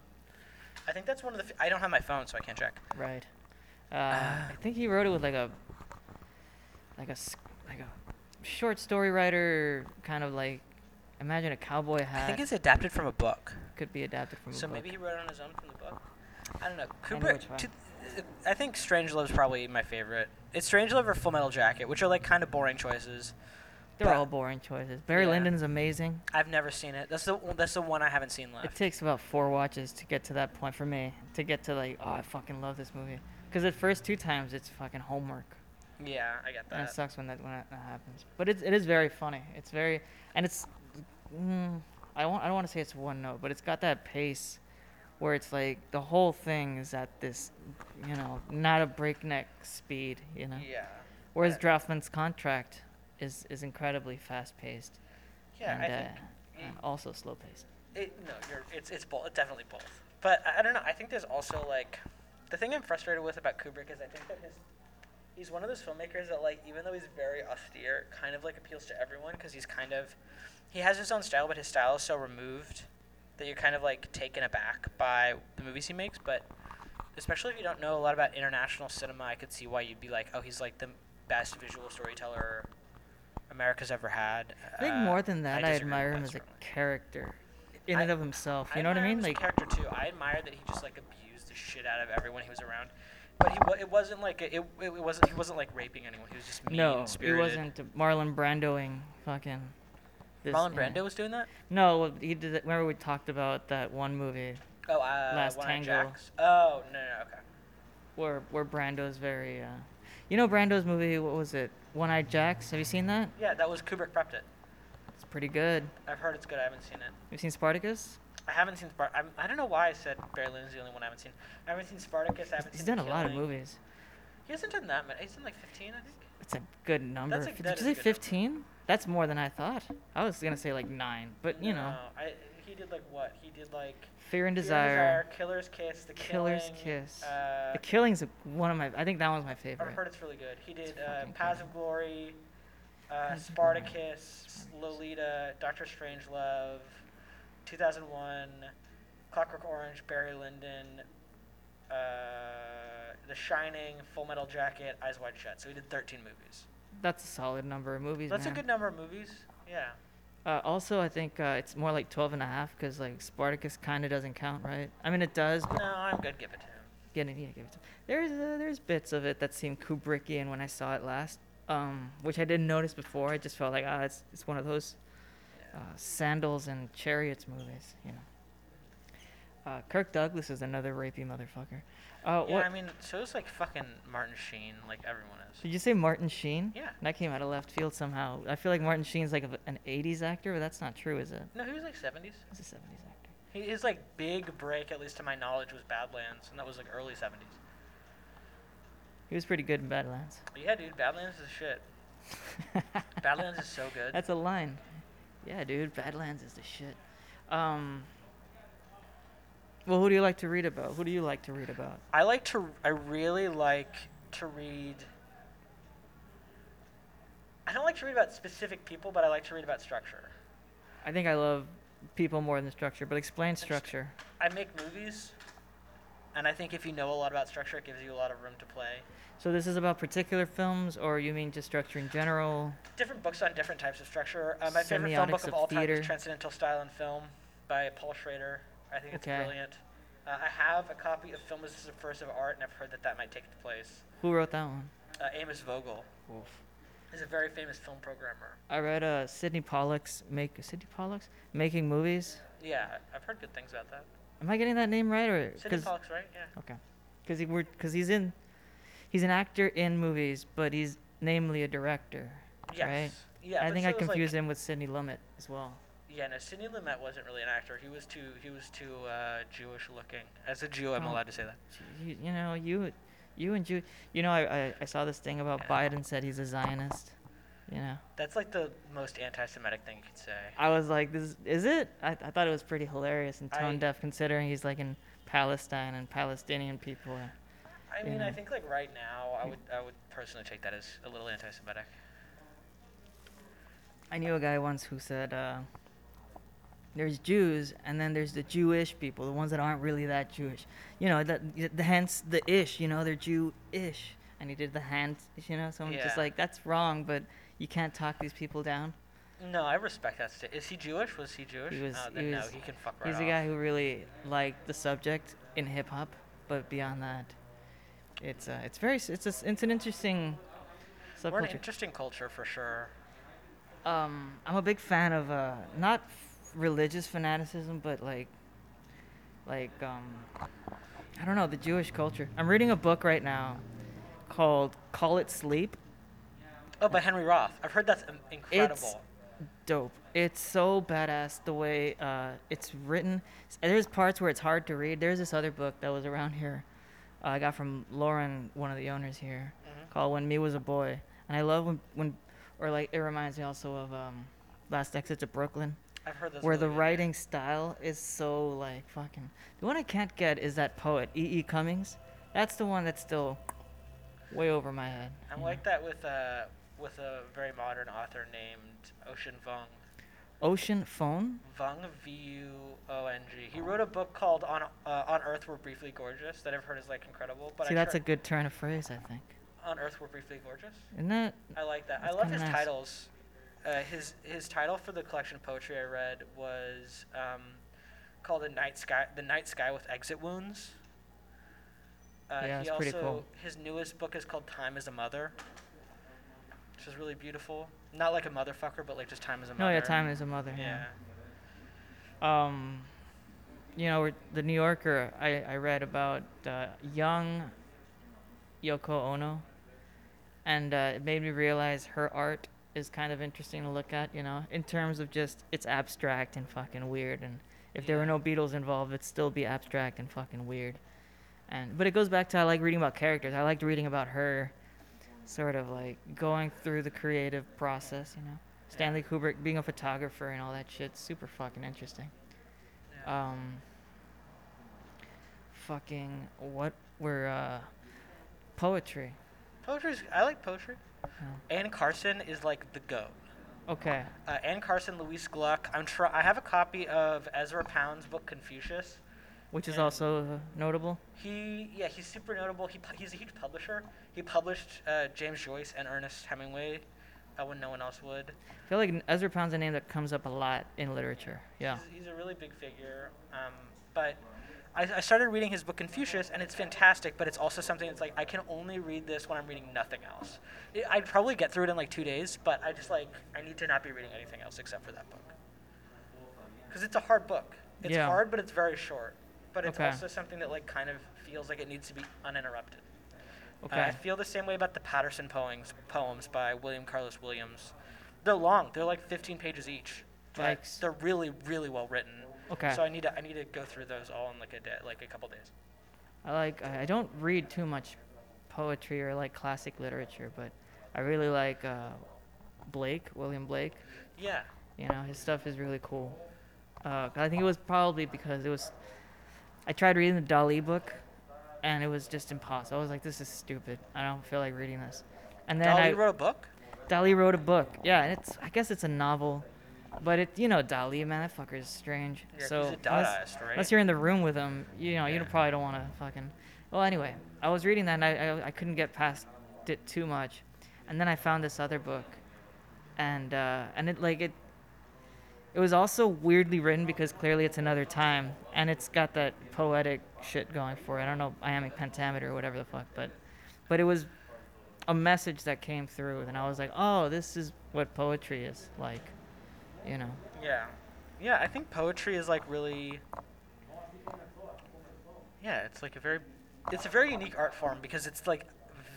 [SPEAKER 3] I think that's one of the. F- I don't have my phone, so I can't check.
[SPEAKER 2] Right. Uh, I think he wrote it with like a, like a, s- like a short story writer kind of like, imagine a cowboy hat.
[SPEAKER 3] I think it's adapted from a book.
[SPEAKER 2] could be adapted Uh, from.
[SPEAKER 3] So
[SPEAKER 2] a book.
[SPEAKER 3] maybe he wrote it on his own from the book. I don't know.
[SPEAKER 2] know
[SPEAKER 3] Kubrick.
[SPEAKER 2] which one.
[SPEAKER 3] to, I think Strange Love's probably my favorite. It's Strange Love or Full Metal Jacket, which are like kind of boring choices.
[SPEAKER 2] they're
[SPEAKER 3] but-
[SPEAKER 2] all boring choices. Barry
[SPEAKER 3] Yeah.
[SPEAKER 2] Lyndon's amazing.
[SPEAKER 3] I've never seen it. That's the one- that's the one I haven't seen
[SPEAKER 2] It
[SPEAKER 3] left.
[SPEAKER 2] takes about four watches to get to that point for me. To get to like, oh, I fucking love this movie. Because the first two times it's fucking homework.
[SPEAKER 3] yeah, I get
[SPEAKER 2] And it
[SPEAKER 3] that.
[SPEAKER 2] sucks when that when that happens. But it's, it is very funny. It's very and it's mm, I won't I don't want to say it's one note, but it's got that pace where it's like the whole thing is at this you know not a breakneck speed you know.
[SPEAKER 3] Yeah.
[SPEAKER 2] Whereas
[SPEAKER 3] that-
[SPEAKER 2] Draftman's contract is is incredibly fast paced
[SPEAKER 3] Yeah, I
[SPEAKER 2] and,
[SPEAKER 3] think
[SPEAKER 2] uh, and also slow paced.
[SPEAKER 3] It, no, you're, it's it's both. It's definitely both. But I, I don't know. I think there's also like, the thing I'm frustrated with about Kubrick is I think that his, he's one of those filmmakers that like even though he's very austere, kind of like appeals to everyone because he's kind of, he has his own style, but his style is so removed, that you're kind of like taken aback by the movies he makes. But especially if you don't know a lot about international cinema, I could see why you'd be like, oh, he's like the best visual storyteller. America's ever had.
[SPEAKER 2] I think more than that, I,
[SPEAKER 3] Uh, disagree with
[SPEAKER 2] admire
[SPEAKER 3] that
[SPEAKER 2] him as a
[SPEAKER 3] strongly.
[SPEAKER 2] character. in
[SPEAKER 3] I-
[SPEAKER 2] and of himself.
[SPEAKER 3] I
[SPEAKER 2] You know what I
[SPEAKER 3] admire
[SPEAKER 2] mean?
[SPEAKER 3] his
[SPEAKER 2] Like
[SPEAKER 3] character too. I admire that he just like abused the shit out of everyone he was around. But he wa- it wasn't like a, it, it it wasn't he wasn't like raping anyone. He was just mean
[SPEAKER 2] no, he
[SPEAKER 3] spirited.
[SPEAKER 2] wasn't Marlon Brandoing fucking. this-
[SPEAKER 3] Marlon
[SPEAKER 2] yeah.
[SPEAKER 3] Brando was doing that.
[SPEAKER 2] No, he did. That, remember we talked about that one movie
[SPEAKER 3] Oh, uh,
[SPEAKER 2] Last
[SPEAKER 3] One-Eyed
[SPEAKER 2] Tango.
[SPEAKER 3] Jacks? Oh no, no, no, okay.
[SPEAKER 2] where where Brando's very. Uh, you know Brando's movie. What was it? One Eyed Jacks. Have you seen that?
[SPEAKER 3] Yeah, that was Kubrick prepped it.
[SPEAKER 2] It's pretty good.
[SPEAKER 3] I've heard it's good. I haven't seen it.
[SPEAKER 2] Have you seen Spartacus?
[SPEAKER 3] I haven't seen Spart. I'm, I don't know why I said Barry Lyndon's the only one I haven't seen. I haven't seen Spartacus. I haven't
[SPEAKER 2] He's
[SPEAKER 3] seen
[SPEAKER 2] done
[SPEAKER 3] The
[SPEAKER 2] a lot of
[SPEAKER 3] Killing.
[SPEAKER 2] movies.
[SPEAKER 3] He hasn't done that many. He's done like 15, I think.
[SPEAKER 2] It's a good number.
[SPEAKER 3] a-
[SPEAKER 2] F-
[SPEAKER 3] that
[SPEAKER 2] Did
[SPEAKER 3] is a
[SPEAKER 2] you say
[SPEAKER 3] good number.
[SPEAKER 2] 15? That's more than I thought. I was gonna say like nine, but you know,
[SPEAKER 3] No, I, he did like what? He did like
[SPEAKER 2] Fear and
[SPEAKER 3] Fear and
[SPEAKER 2] Desire,
[SPEAKER 3] Killer's Kiss, The
[SPEAKER 2] Killer's
[SPEAKER 3] Killing,
[SPEAKER 2] Kiss.
[SPEAKER 3] Uh,
[SPEAKER 2] The Killing's a- one of my. I think that one's my
[SPEAKER 3] I've
[SPEAKER 2] favorite.
[SPEAKER 3] heard it's really good. He did uh,
[SPEAKER 2] fucking
[SPEAKER 3] Paths of Glory, uh,
[SPEAKER 2] Paths of Glory.
[SPEAKER 3] Spartacus, Lolita, Doctor Strangelove, 2001, Clockwork Orange, Barry Lyndon, uh, The Shining, Full Metal Jacket, Eyes Wide Shut. So he did 13 movies.
[SPEAKER 2] That's a solid number of movies.
[SPEAKER 3] That's
[SPEAKER 2] man.
[SPEAKER 3] a good number of movies. Yeah.
[SPEAKER 2] Uh, also, I think uh, it's more like 12 and a half because like Spartacus kind of doesn't count, right? I mean, it does.
[SPEAKER 3] No,
[SPEAKER 2] But
[SPEAKER 3] I'm good. Give it to him.
[SPEAKER 2] again, yeah, give it to There's uh, there's bits of it that seem Kubrickian when I saw it last, um, which I didn't notice before. I just felt like ah, it's it's one of those uh, sandals and chariots movies, you know. Uh, Kirk Douglas is another rapey motherfucker. Uh,
[SPEAKER 3] Yeah,
[SPEAKER 2] what
[SPEAKER 3] I mean, so it's like fucking Martin Sheen, like everyone is.
[SPEAKER 2] did you say? Martin Sheen?
[SPEAKER 3] Yeah.
[SPEAKER 2] That came out of left field somehow. I feel like Martin Sheen's like a, an 80s actor, but that's not true, is it?
[SPEAKER 3] No, he was like 70s.
[SPEAKER 2] He's a 70s actor.
[SPEAKER 3] He- His like big break, at least to my knowledge, was Badlands, and that was like early 70s.
[SPEAKER 2] He was pretty good in Badlands.
[SPEAKER 3] Yeah, dude, Badlands is shit. Badlands is so good.
[SPEAKER 2] That's a line. Yeah, dude, Badlands is the shit. Um, well, who do you like to read about? Who do you like to read about?
[SPEAKER 3] I like to. I really like to read. I don't like to read about specific people, but I like to read about structure.
[SPEAKER 2] I think I love people more than structure, but explain structure.
[SPEAKER 3] I make movies, and I think if you know a lot about structure, it gives you a lot of room to play.
[SPEAKER 2] So this is about particular films, or you mean just structure in general?
[SPEAKER 3] Different books on different types of structure. Uh, my favorite film book
[SPEAKER 2] Semiotics
[SPEAKER 3] of
[SPEAKER 2] of
[SPEAKER 3] all time
[SPEAKER 2] theater.
[SPEAKER 3] is Transcendental Style and Film by Paul Schrader. I think it's
[SPEAKER 2] Okay.
[SPEAKER 3] brilliant. Uh, I have a copy of Film as a Subversive Art, and I've heard that that might take the place.
[SPEAKER 2] Who wrote that one?
[SPEAKER 3] Uh, Amos Vogel is a very famous film programmer.
[SPEAKER 2] I read uh, Sidney Pollock's make Sidney Pollock's making movies.
[SPEAKER 3] Yeah, I've heard good things about that.
[SPEAKER 2] Am I getting that name right, or
[SPEAKER 3] Sidney
[SPEAKER 2] 'cause-
[SPEAKER 3] Pollock's right, yeah.
[SPEAKER 2] Okay. Because he because he's in, he's an actor in movies, but he's namely a director.
[SPEAKER 3] Yes.
[SPEAKER 2] Right?
[SPEAKER 3] Yeah,
[SPEAKER 2] I
[SPEAKER 3] but
[SPEAKER 2] think
[SPEAKER 3] so
[SPEAKER 2] I
[SPEAKER 3] it was, like-
[SPEAKER 2] confused him with Sidney Lumet as well.
[SPEAKER 3] Yeah, no, Sidney Lumet wasn't really an actor. He was too he was too uh, Jewish looking. As a Jew, I'm
[SPEAKER 2] Oh.
[SPEAKER 3] allowed to say that.
[SPEAKER 2] You, you know you, you and you, you know I, I, I saw this thing about Biden said he's a Zionist. You know,
[SPEAKER 3] That's like the most anti-Semitic thing you could say.
[SPEAKER 2] I was like, this is it? I, I thought it was pretty hilarious and
[SPEAKER 3] I-
[SPEAKER 2] tone deaf considering he's like in Palestine and Palestinian people. Are,
[SPEAKER 3] I mean, I
[SPEAKER 2] Yeah.
[SPEAKER 3] think like right now, I would I would personally take that as a little anti-Semitic.
[SPEAKER 2] I knew a guy once who said, uh, "There's Jews, and then there's the Jewish people, the ones that aren't really that Jewish. You know, that the, hence the ish. You know, they're Jew-ish." And he did the hand. You know, so I'm just
[SPEAKER 3] Yeah.
[SPEAKER 2] like, "That's wrong," but you can't talk these people down.
[SPEAKER 3] No, I respect that. St- is he Jewish? Was he Jewish?
[SPEAKER 2] He was-
[SPEAKER 3] Uh,
[SPEAKER 2] he
[SPEAKER 3] then no,
[SPEAKER 2] was-
[SPEAKER 3] he can fuck right
[SPEAKER 2] He's
[SPEAKER 3] off.
[SPEAKER 2] a guy who really liked the subject in hip hop, but beyond that, it's uh, it's very s- it's a s it's an interesting
[SPEAKER 3] We're an
[SPEAKER 2] subculture.
[SPEAKER 3] interesting culture for sure.
[SPEAKER 2] um, I'm a big fan of uh, not f- religious fanaticism, but like, like um, I don't know the Jewish culture. I'm reading a book right now called "Call It Sleep."
[SPEAKER 3] Oh, by Henry Roth. I've heard that's um, incredible.
[SPEAKER 2] Dope. It's so badass the way uh, it's written. S- There's parts where it's hard to read. There's this other book that was around here. Uh, I got from Lauren, one of the owners here, called "When Me Was a Boy," and I love when, when, or like it reminds me also of um, "Last Exit to Brooklyn."
[SPEAKER 3] I've heard those.
[SPEAKER 2] where the
[SPEAKER 3] really good.
[SPEAKER 2] writing style is so like fucking. The one I can't get is that poet E. E. Cummings. That's the one that's still way over my head.
[SPEAKER 3] I'm like that with a with a very modern author named Ocean Vong.
[SPEAKER 2] Ocean Phone.
[SPEAKER 3] Vong V U O N G. He wrote a book called On uh, On Earth We're Briefly Gorgeous that I've heard is like incredible. But
[SPEAKER 2] See,
[SPEAKER 3] I
[SPEAKER 2] that's a
[SPEAKER 3] try-
[SPEAKER 2] good turn of phrase, I think.
[SPEAKER 3] On Earth We're Briefly Gorgeous.
[SPEAKER 2] Isn't that?
[SPEAKER 3] I like that. I
[SPEAKER 2] That's
[SPEAKER 3] love
[SPEAKER 2] kinda
[SPEAKER 3] his
[SPEAKER 2] nice.
[SPEAKER 3] titles. Uh, his his title for the collection of poetry I read was um, called the night sky. The night sky with exit wounds. Uh,
[SPEAKER 2] Yeah,
[SPEAKER 3] he
[SPEAKER 2] it's pretty
[SPEAKER 3] also,
[SPEAKER 2] cool.
[SPEAKER 3] His newest book is called Time as a Mother, which is really beautiful. Not like a motherfucker, but like just time as a mother.
[SPEAKER 2] No, Oh, yeah, time is a mother.
[SPEAKER 3] Yeah.
[SPEAKER 2] um, you know, we're- the New Yorker, I, I read about uh, young Yoko Ono, and uh, it made me realize her art is kind of interesting to look at, you know, in terms of just it's abstract and fucking weird. And if there were no Beatles involved, it'd still be abstract and fucking weird. And but it goes back to I like reading about characters. I liked reading about her, sort of like going through the creative process, you know. Stanley Kubrick being a photographer and all that shit, super fucking interesting. Um, fucking what were uh, poetry?
[SPEAKER 3] Poetry's. I like poetry. Anne Carson is like the goat.
[SPEAKER 2] Okay,
[SPEAKER 3] uh, Anne Carson, Louise Gluck. I'm try- I have a copy of Ezra Pound's book Confucius.
[SPEAKER 2] which is
[SPEAKER 3] And-
[SPEAKER 2] also uh, notable.
[SPEAKER 3] He, yeah, he's super notable. He, pu- he's a huge publisher. He published uh, James Joyce and Ernest Hemingway uh, when no one else would.
[SPEAKER 2] I feel like Ezra Pound's a name that comes up a lot in literature. Yeah.
[SPEAKER 3] He's, he's a really big figure. Um, but I, I started reading his book Confucius, and it's fantastic. But it's also something that's like I can only read this when I'm reading nothing else. I- I'd probably get through it in like two days, but I just like I need to not be reading anything else except for that book because it's a hard book. It's
[SPEAKER 2] Yeah.
[SPEAKER 3] hard, but it's very short. But it's
[SPEAKER 2] Okay.
[SPEAKER 3] also something that like kind of feels like it needs to be uninterrupted. Uh,
[SPEAKER 2] Okay.
[SPEAKER 3] I feel the same way about the Patterson poems poems by William Carlos Williams. They're long. They're like 15 pages each. But
[SPEAKER 2] Yikes.
[SPEAKER 3] they're really really well written.
[SPEAKER 2] Okay.
[SPEAKER 3] So I need to I need to go through those all in like a day, like a couple days.
[SPEAKER 2] I like. I I don't read too much poetry or like classic literature, but I really like uh, Blake, William Blake.
[SPEAKER 3] Yeah.
[SPEAKER 2] You know, his stuff is really cool. Uh, I think it was probably because it was. I tried reading the Dali book, and it was just impossible. I was like, "This is stupid. I don't feel like reading this." And then
[SPEAKER 3] Dolly
[SPEAKER 2] I,
[SPEAKER 3] wrote a book.
[SPEAKER 2] Dali wrote a book. Yeah, and it's. I guess it's a novel, but it. You know, Dali, man, that fucker is strange.
[SPEAKER 3] Yeah,
[SPEAKER 2] so
[SPEAKER 3] he's a
[SPEAKER 2] unless,
[SPEAKER 3] Dadaist, right?
[SPEAKER 2] unless you're in the room with him, you know, you probably don't want to fucking. Well, anyway, I was reading that, and I, I I couldn't get past it too much, and then I found this other book, and uh, and it like it it was also weirdly written because clearly it's another time and it's got that poetic shit going for it. I don't know iambic pentameter or whatever the fuck, but but it was a message that came through and I was like, "Oh, this is what poetry is like." You know.
[SPEAKER 3] Yeah. Yeah, I think poetry is like really Yeah, it's like a very it's a very unique art form because it's like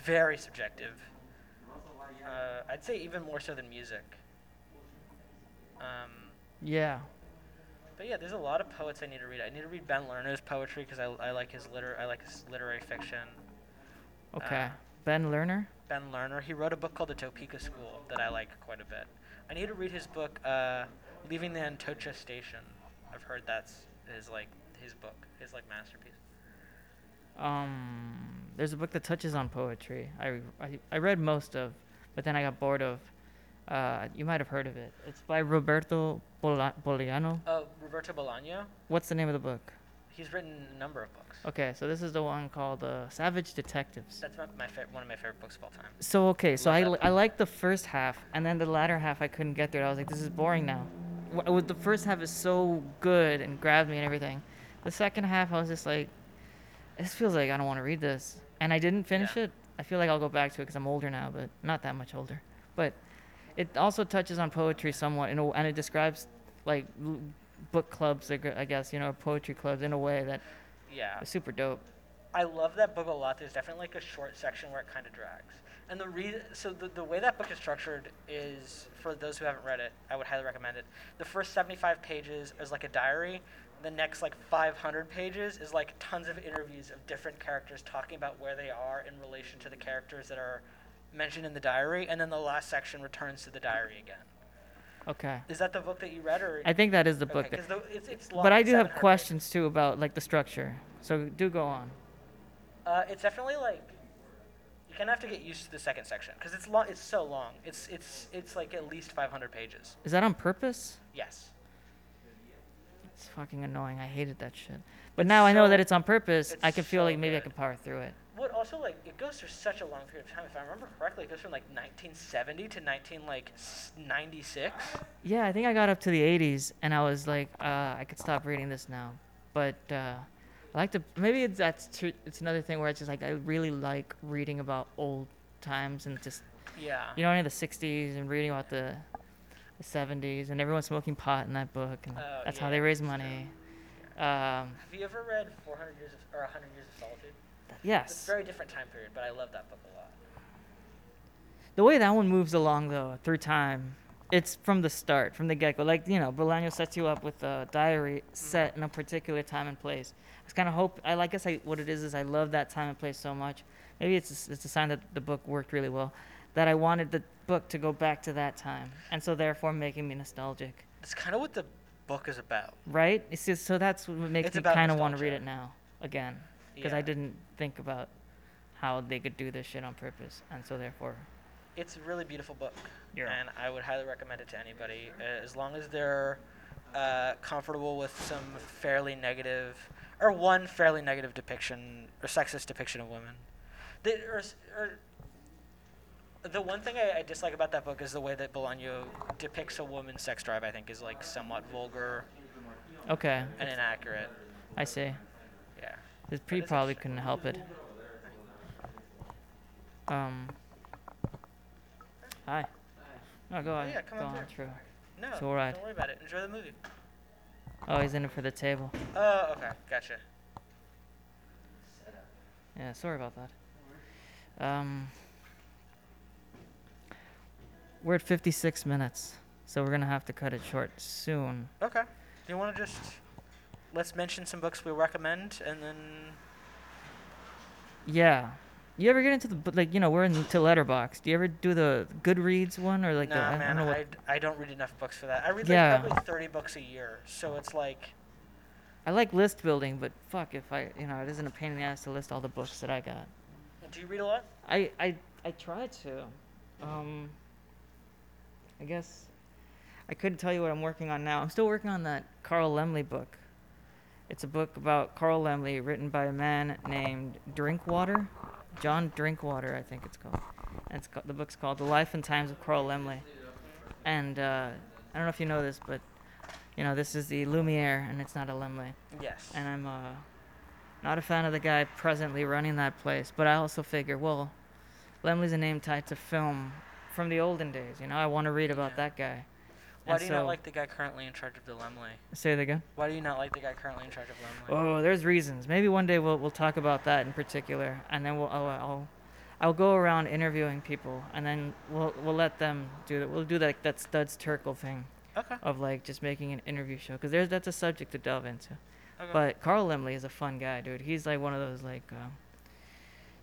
[SPEAKER 3] very subjective. Uh, I'd say even more so than music. Um,
[SPEAKER 2] Yeah.
[SPEAKER 3] but yeah, there's a lot of poets I need to read. I need to read Ben Lerner's poetry because I, I like his liter I like his literary fiction.
[SPEAKER 2] Okay.
[SPEAKER 3] Uh,
[SPEAKER 2] ben Lerner?
[SPEAKER 3] Ben Lerner. He wrote a book called The Topeka School that I like quite a bit. I need to read his book, uh, Leaving the Antocha Station. I've heard that's his like his book, his like masterpiece.
[SPEAKER 2] Um there's a book that touches on poetry. I I, I read most of, but then I got bored of uh, you might have heard of it. It's by Roberto Bola- Boliano.
[SPEAKER 3] Oh, Roberto Bolaño.
[SPEAKER 2] What's the name of the book?
[SPEAKER 3] He's written a number of books.
[SPEAKER 2] Okay, so this is the one called uh, Savage Detectives.
[SPEAKER 3] That's my, my fa- one of my favorite books of all time.
[SPEAKER 2] So okay, so
[SPEAKER 3] Love
[SPEAKER 2] I,
[SPEAKER 3] that
[SPEAKER 2] li- I liked the first half, and then the latter half I couldn't get through. it. I was like, this is boring now. Wh- wh- The first half is so good and grabbed me and everything. The second half I was just like, this feels like I don't want to read this, and I didn't finish
[SPEAKER 3] Yeah.
[SPEAKER 2] it. I feel like I'll go back to it because I'm older now, but not that much older. But it also touches on poetry somewhat, in a, and it describes like l- book clubs, I gu- I guess you know, poetry clubs in a way that
[SPEAKER 3] Yeah,
[SPEAKER 2] is super dope.
[SPEAKER 3] I love that book a lot. There's definitely like a short section where it kind of drags. And the reason, so the, the way that book is structured is, for those who haven't read it, I would highly recommend it. The first 75 pages is like a diary. The next like 500 pages is like tons of interviews of different characters talking about where they are in relation to the characters that are mentioned in the diary. And then the last section returns to the diary again.
[SPEAKER 2] Okay.
[SPEAKER 3] Is that the book that you read, or
[SPEAKER 2] I think that is the book.
[SPEAKER 3] Okay,
[SPEAKER 2] that,
[SPEAKER 3] 'cause the- it's, it's long,
[SPEAKER 2] But I
[SPEAKER 3] it's
[SPEAKER 2] do have
[SPEAKER 3] 700 pages.
[SPEAKER 2] questions too about like the structure. So do go on.
[SPEAKER 3] Uh, it's definitely like you kind of have to get used to the second section because it's long. It's so long. It's it's it's like at least 500 pages.
[SPEAKER 2] Is that on purpose?
[SPEAKER 3] Yes.
[SPEAKER 2] It's fucking annoying. I hated that shit. But now I know that
[SPEAKER 3] so-
[SPEAKER 2] it's on purpose. I
[SPEAKER 3] it's
[SPEAKER 2] can feel
[SPEAKER 3] so
[SPEAKER 2] like maybe I
[SPEAKER 3] good.
[SPEAKER 2] can power through it.
[SPEAKER 3] what also like it goes through such a long period of time. If I remember correctly, it goes from like 1970 to 19 like s- 96.
[SPEAKER 2] Yeah, I think I got up to the 80s, and I was like, uh, I could stop reading this now. But uh, I like to maybe it's, that's tr- it's another thing where it's just like I really like reading about old times and just
[SPEAKER 3] Yeah.
[SPEAKER 2] you know in the 60s and reading about the, the 70s and everyone smoking pot in that book and
[SPEAKER 3] Oh,
[SPEAKER 2] that's
[SPEAKER 3] yeah,
[SPEAKER 2] how they raise
[SPEAKER 3] that's
[SPEAKER 2] money. Um,
[SPEAKER 3] Have you ever read 400 years of or 100 years of solitude? It's a
[SPEAKER 2] yes,
[SPEAKER 3] very different time period, but I love that book a lot.
[SPEAKER 2] the way that one moves along though through time. It's from the start, from the get-go. Like you know, Bolaño sets you up with a diary set in a particular time and place. I was kind of hope. I like. I guess I, what it is is I love that time and place so much. Maybe it's a, it's a sign that the book worked really well, that I wanted the book to go back to that time, and so therefore making me nostalgic.
[SPEAKER 3] It's kind of what the book is about.
[SPEAKER 2] Right? It's just, so that's what makes
[SPEAKER 3] It's
[SPEAKER 2] me
[SPEAKER 3] about
[SPEAKER 2] kind of want to read
[SPEAKER 3] nostalgia.
[SPEAKER 2] it now again because I
[SPEAKER 3] Yeah.
[SPEAKER 2] didn't think about how they could do this shit on purpose, and so therefore,
[SPEAKER 3] It's a really beautiful book,
[SPEAKER 2] Yeah.
[SPEAKER 3] and I would highly recommend it to anybody uh, as long as they're uh, comfortable with some fairly negative or one fairly negative depiction or sexist depiction of women. The, or, s- or the one thing I, I dislike about that book is the way that Bolaño depicts a woman's sex drive. I think is like somewhat vulgar
[SPEAKER 2] okay,
[SPEAKER 3] and inaccurate.
[SPEAKER 2] I see.
[SPEAKER 3] Yeah.
[SPEAKER 2] His pre
[SPEAKER 3] is a
[SPEAKER 2] probably
[SPEAKER 3] shame.
[SPEAKER 2] couldn't help it. Um. Hi. No, go on.
[SPEAKER 3] yeah, come
[SPEAKER 2] go
[SPEAKER 3] up
[SPEAKER 2] on
[SPEAKER 3] here.
[SPEAKER 2] through.
[SPEAKER 3] No,
[SPEAKER 2] It's all right.
[SPEAKER 3] don't worry about it. Enjoy the movie.
[SPEAKER 2] Oh, he's in it for the table.
[SPEAKER 3] Oh, okay, gotcha.
[SPEAKER 2] Yeah, sorry about that. Um, we're at 56 minutes, so we're gonna have to cut it short soon.
[SPEAKER 3] Okay. Do you want to just let's mention some books we recommend and then
[SPEAKER 2] Yeah. You ever get into the bu- like you know we're into Letterbox? Do you ever do the Goodreads one or like the
[SPEAKER 3] nah,
[SPEAKER 2] I,
[SPEAKER 3] man,
[SPEAKER 2] I
[SPEAKER 3] I,
[SPEAKER 2] don't know what
[SPEAKER 3] I, don't read enough books for that. I read like
[SPEAKER 2] Yeah.
[SPEAKER 3] probably 30 books a year, so it's like
[SPEAKER 2] I like list building, but fuck if I you know it isn't a pain in the ass to list all the books that I got.
[SPEAKER 3] do you read a lot?
[SPEAKER 2] I I I try to. Um, I guess I couldn't tell you what I'm working on now. I'm still working on that Carl Lemley book. It's a book about Carl Lemley written by a man named Drinkwater, John Drinkwater, I think it's called. And it's called, the book's called The Life and Times of Carl Lemley. And uh, I don't know if you know this, but you know this is the Lumiere, and it's not a Lemley
[SPEAKER 3] Yes.
[SPEAKER 2] and I'm uh, not a fan of the guy presently running that place. But I also figure, well, Lemley's a name tied to film from the olden days. You know, I want to read about that guy.
[SPEAKER 3] Why
[SPEAKER 2] And
[SPEAKER 3] do you not
[SPEAKER 2] so-
[SPEAKER 3] like the guy currently in charge of the Lemley?
[SPEAKER 2] Say it again.
[SPEAKER 3] Why do you not like the guy currently in charge of Lemley?
[SPEAKER 2] Oh, there's reasons. Maybe one day we'll we'll talk about that in particular, and then we'll I'll I'll, I'll go around interviewing people, and then we'll we'll let them do that. We'll do that that Studs Terkel thing
[SPEAKER 3] Okay.
[SPEAKER 2] of like just making an interview show because there's that's a subject to delve into.
[SPEAKER 3] Okay.
[SPEAKER 2] But Carl Lemley is a fun guy, dude. He's like one of those like, um,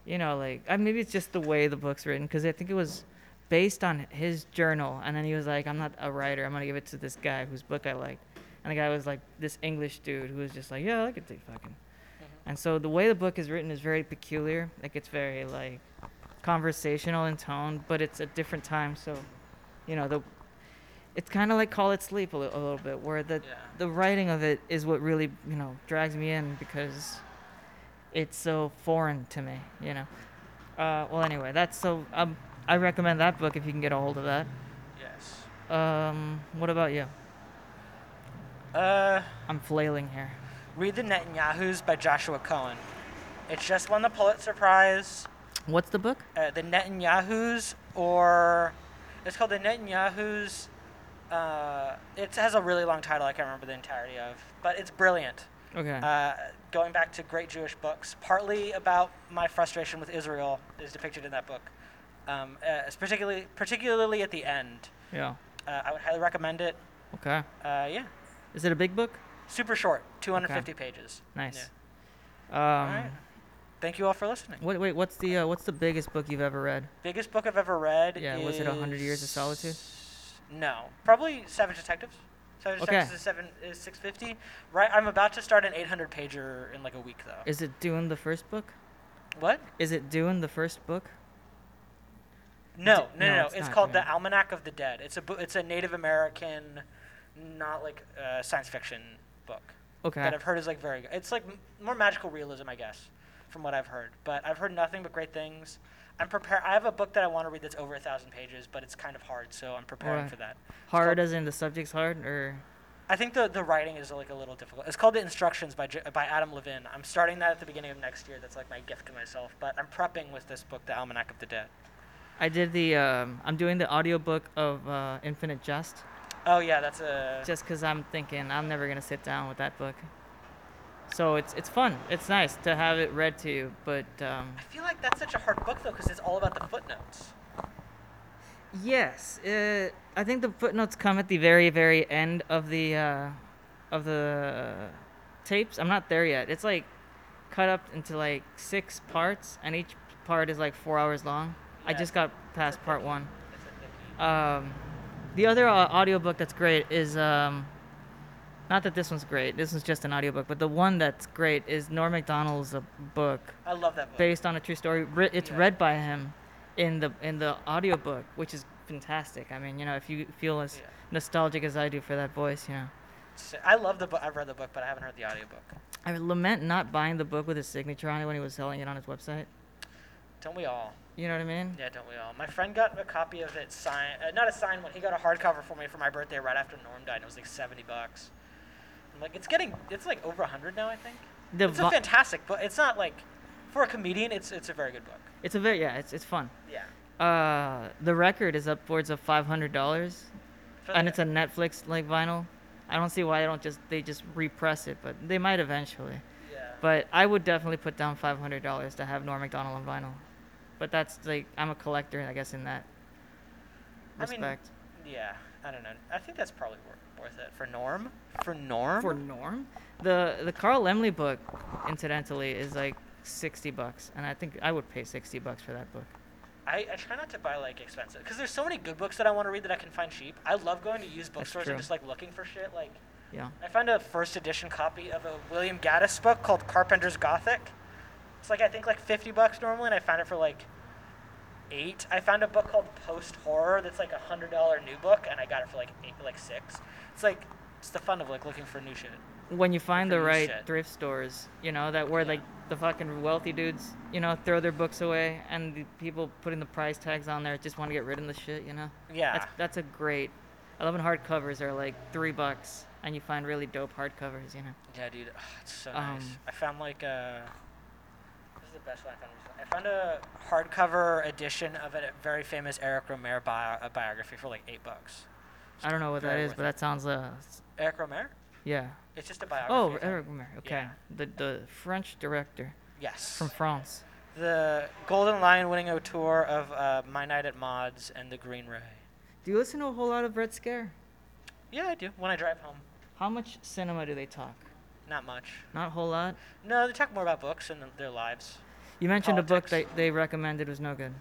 [SPEAKER 2] you know, like I maybe it's just the way the book's written because I think it was based on his journal, and then he was like, I'm not a writer. I'm gonna give it to this guy whose book I liked, and the guy was like this English dude who was just like, yeah, I could take fucking. And so the way the book is written is very peculiar. Like it's very like conversational in tone, but it's a different time. So, you know, the it's kind of like Call It Sleep a, li- a little bit, where the
[SPEAKER 3] Yeah.
[SPEAKER 2] the writing of it is what really you know drags me in because it's so foreign to me. You know. Uh, well, anyway, that's so. Um, I recommend that book if you can get a hold of that.
[SPEAKER 3] Yes.
[SPEAKER 2] Um, what about you?
[SPEAKER 3] Uh,
[SPEAKER 2] I'm flailing here.
[SPEAKER 3] read the Netanyahu's by Joshua Cohen. It's just won the Pulitzer Prize.
[SPEAKER 2] What's the book?
[SPEAKER 3] uh, the Netanyahu's or it's called the Netanyahu's. Uh, it has a really long title I can't remember the entirety of, but it's brilliant.
[SPEAKER 2] Okay.
[SPEAKER 3] Uh, going back to great Jewish books, partly about my frustration with Israel is depicted in that book, um, uh, it's particularly particularly at the end.
[SPEAKER 2] yeah.
[SPEAKER 3] Uh, I would highly recommend it.
[SPEAKER 2] Okay.
[SPEAKER 3] Uh, yeah,
[SPEAKER 2] Is it a big book?
[SPEAKER 3] super short, 250 pages.
[SPEAKER 2] Nice.
[SPEAKER 3] Yeah.
[SPEAKER 2] Um,
[SPEAKER 3] All right. Thank you all for listening.
[SPEAKER 2] What, wait, what's the uh, what's the biggest book you've ever read?
[SPEAKER 3] Biggest book I've ever read.
[SPEAKER 2] Yeah, was it 100 Years of Solitude?
[SPEAKER 3] is- No, probably Savage Detectives. Savage
[SPEAKER 2] Okay.
[SPEAKER 3] Detectives is seven is six fifty. Right, I'm about to start an 800 pager in like a week though.
[SPEAKER 2] Is it Dune the first book?
[SPEAKER 3] what?
[SPEAKER 2] Is it Dune the first book?
[SPEAKER 3] No, no, no.
[SPEAKER 2] no,
[SPEAKER 3] no.
[SPEAKER 2] it's
[SPEAKER 3] It's
[SPEAKER 2] not,
[SPEAKER 3] called
[SPEAKER 2] yeah.
[SPEAKER 3] the Almanac of the Dead. It's a bo- it's a Native American, not like uh, science fiction book
[SPEAKER 2] Okay.
[SPEAKER 3] that I've heard is like very good. It's like m- more magical realism, I guess. from what I've heard. But I've heard nothing but great things. I'm prepared. I have a book that I want to read that's over a thousand pages, but it's kind of hard, so I'm preparing
[SPEAKER 2] Right.
[SPEAKER 3] for that.
[SPEAKER 2] Hard as in the subject's hard, or
[SPEAKER 3] I think the the writing is like a little difficult. It's called The Instructions by J- by Adam Levin. I'm starting that at the beginning of next year. That's like my gift to myself. But I'm prepping with this book, The Almanac of the Dead.
[SPEAKER 2] I did the. Um, I'm doing the audiobook of uh, Infinite Jest,
[SPEAKER 3] Oh yeah, that's a
[SPEAKER 2] just because I'm thinking I'm never gonna sit down with that book. So it's it's fun. It's nice to have it read to you, but um,
[SPEAKER 3] I feel like that's such a hard book though, because it's all about the footnotes.
[SPEAKER 2] Yes, uh, I think the footnotes come at the very, very end of the uh, of the tapes. I'm not there yet. It's like cut up into like six parts, and each part is like four hours long. I
[SPEAKER 3] Yeah.
[SPEAKER 2] just got past part one. Um, the other uh, audiobook that's great is um, not that this one's great. This is just an audiobook, but the one that's great is Norm Macdonald's uh, book
[SPEAKER 3] I love that book.
[SPEAKER 2] based on a true story. Ri- It's
[SPEAKER 3] Yeah.
[SPEAKER 2] read by him in the in the audiobook, which is fantastic. I mean, you know, if you feel as
[SPEAKER 3] Yeah.
[SPEAKER 2] nostalgic as I do for that voice, you know.
[SPEAKER 3] So- I love the book. I've read the book, but I haven't heard the audiobook.
[SPEAKER 2] I lament not buying the book with his signature on it when he was selling it on his website.
[SPEAKER 3] Don't we all?
[SPEAKER 2] You know what I mean?
[SPEAKER 3] Yeah, don't we all? My friend got a copy of it signed, uh, not a signed one. He got a hardcover for me for my birthday right after Norm died, and it was like seventy bucks. I'm like, it's getting, it's like over a hundred now, I think.
[SPEAKER 2] The
[SPEAKER 3] it's a
[SPEAKER 2] vi-
[SPEAKER 3] fantastic book. It's not like, for a comedian, it's it's a very good book.
[SPEAKER 2] it's a very yeah, it's it's fun.
[SPEAKER 3] Yeah.
[SPEAKER 2] Uh, the record is upwards of five hundred dollars,
[SPEAKER 3] Oh,
[SPEAKER 2] and it's a Netflix like vinyl. I don't see why they don't just they just repress it, but they might eventually.
[SPEAKER 3] Yeah.
[SPEAKER 2] But I would definitely put down five hundred dollars to have Norm Macdonald on vinyl. But that's like I'm a collector, I guess, in that
[SPEAKER 3] I mean,
[SPEAKER 2] respect.
[SPEAKER 3] Yeah. I don't know. I think that's probably wor- worth it for Norm. For Norm.
[SPEAKER 2] For Norm, the the Carl Lemley book, incidentally, is like sixty bucks, and I think I would pay sixty bucks for that book.
[SPEAKER 3] I, I try not to buy like expensive because there's so many good books that I want to read that I can find cheap. I love going to used bookstores and
[SPEAKER 2] true.
[SPEAKER 3] just like looking for shit. Like
[SPEAKER 2] Yeah.
[SPEAKER 3] I found a first edition copy of a William Gaddis book called Carpenter's Gothic. It's like I think like 50 bucks normally, and I found it for like eight. I found a book called Post Horror that's like a hundred dollar new book, and I got it for like eight, like six. It's like it's the fun of like looking for new shit.
[SPEAKER 2] When you find the
[SPEAKER 3] Different
[SPEAKER 2] right
[SPEAKER 3] shit.
[SPEAKER 2] thrift stores, you know that where like the fucking wealthy dudes, you know, throw their books away, and the people putting the price tags on there just want to get rid of the shit, you know.
[SPEAKER 3] Yeah,
[SPEAKER 2] That's, that's a great. I love when hardcovers are like three bucks, and you find really dope hardcovers. You know.
[SPEAKER 3] yeah, dude, Ugh, it's so nice.
[SPEAKER 2] Um,
[SPEAKER 3] I found like a. This is the best one I found. recently. I found a hardcover edition of a very famous Eric Romer bio- a biography for like eight bucks.
[SPEAKER 2] I don't know what that
[SPEAKER 3] Very
[SPEAKER 2] is,
[SPEAKER 3] worth
[SPEAKER 2] but
[SPEAKER 3] it.
[SPEAKER 2] that sounds uh, s-
[SPEAKER 3] Eric Romer?
[SPEAKER 2] yeah.
[SPEAKER 3] It's just a biography.
[SPEAKER 2] Oh,
[SPEAKER 3] of him.
[SPEAKER 2] Eric Romer. Okay,
[SPEAKER 3] Yeah.
[SPEAKER 2] the the French director
[SPEAKER 3] Yes.
[SPEAKER 2] from France.
[SPEAKER 3] The Golden Lion winning a tour of uh, My Night at Mods and The Green Ray.
[SPEAKER 2] Do you listen to a whole lot of Red Scare?
[SPEAKER 3] Yeah, I do. When I drive home,
[SPEAKER 2] How much cinema do they talk?
[SPEAKER 3] not much.
[SPEAKER 2] Not a whole lot.
[SPEAKER 3] No, they talk more about books and their lives.
[SPEAKER 2] You mentioned a book
[SPEAKER 3] Politics.
[SPEAKER 2] that they recommended was no good.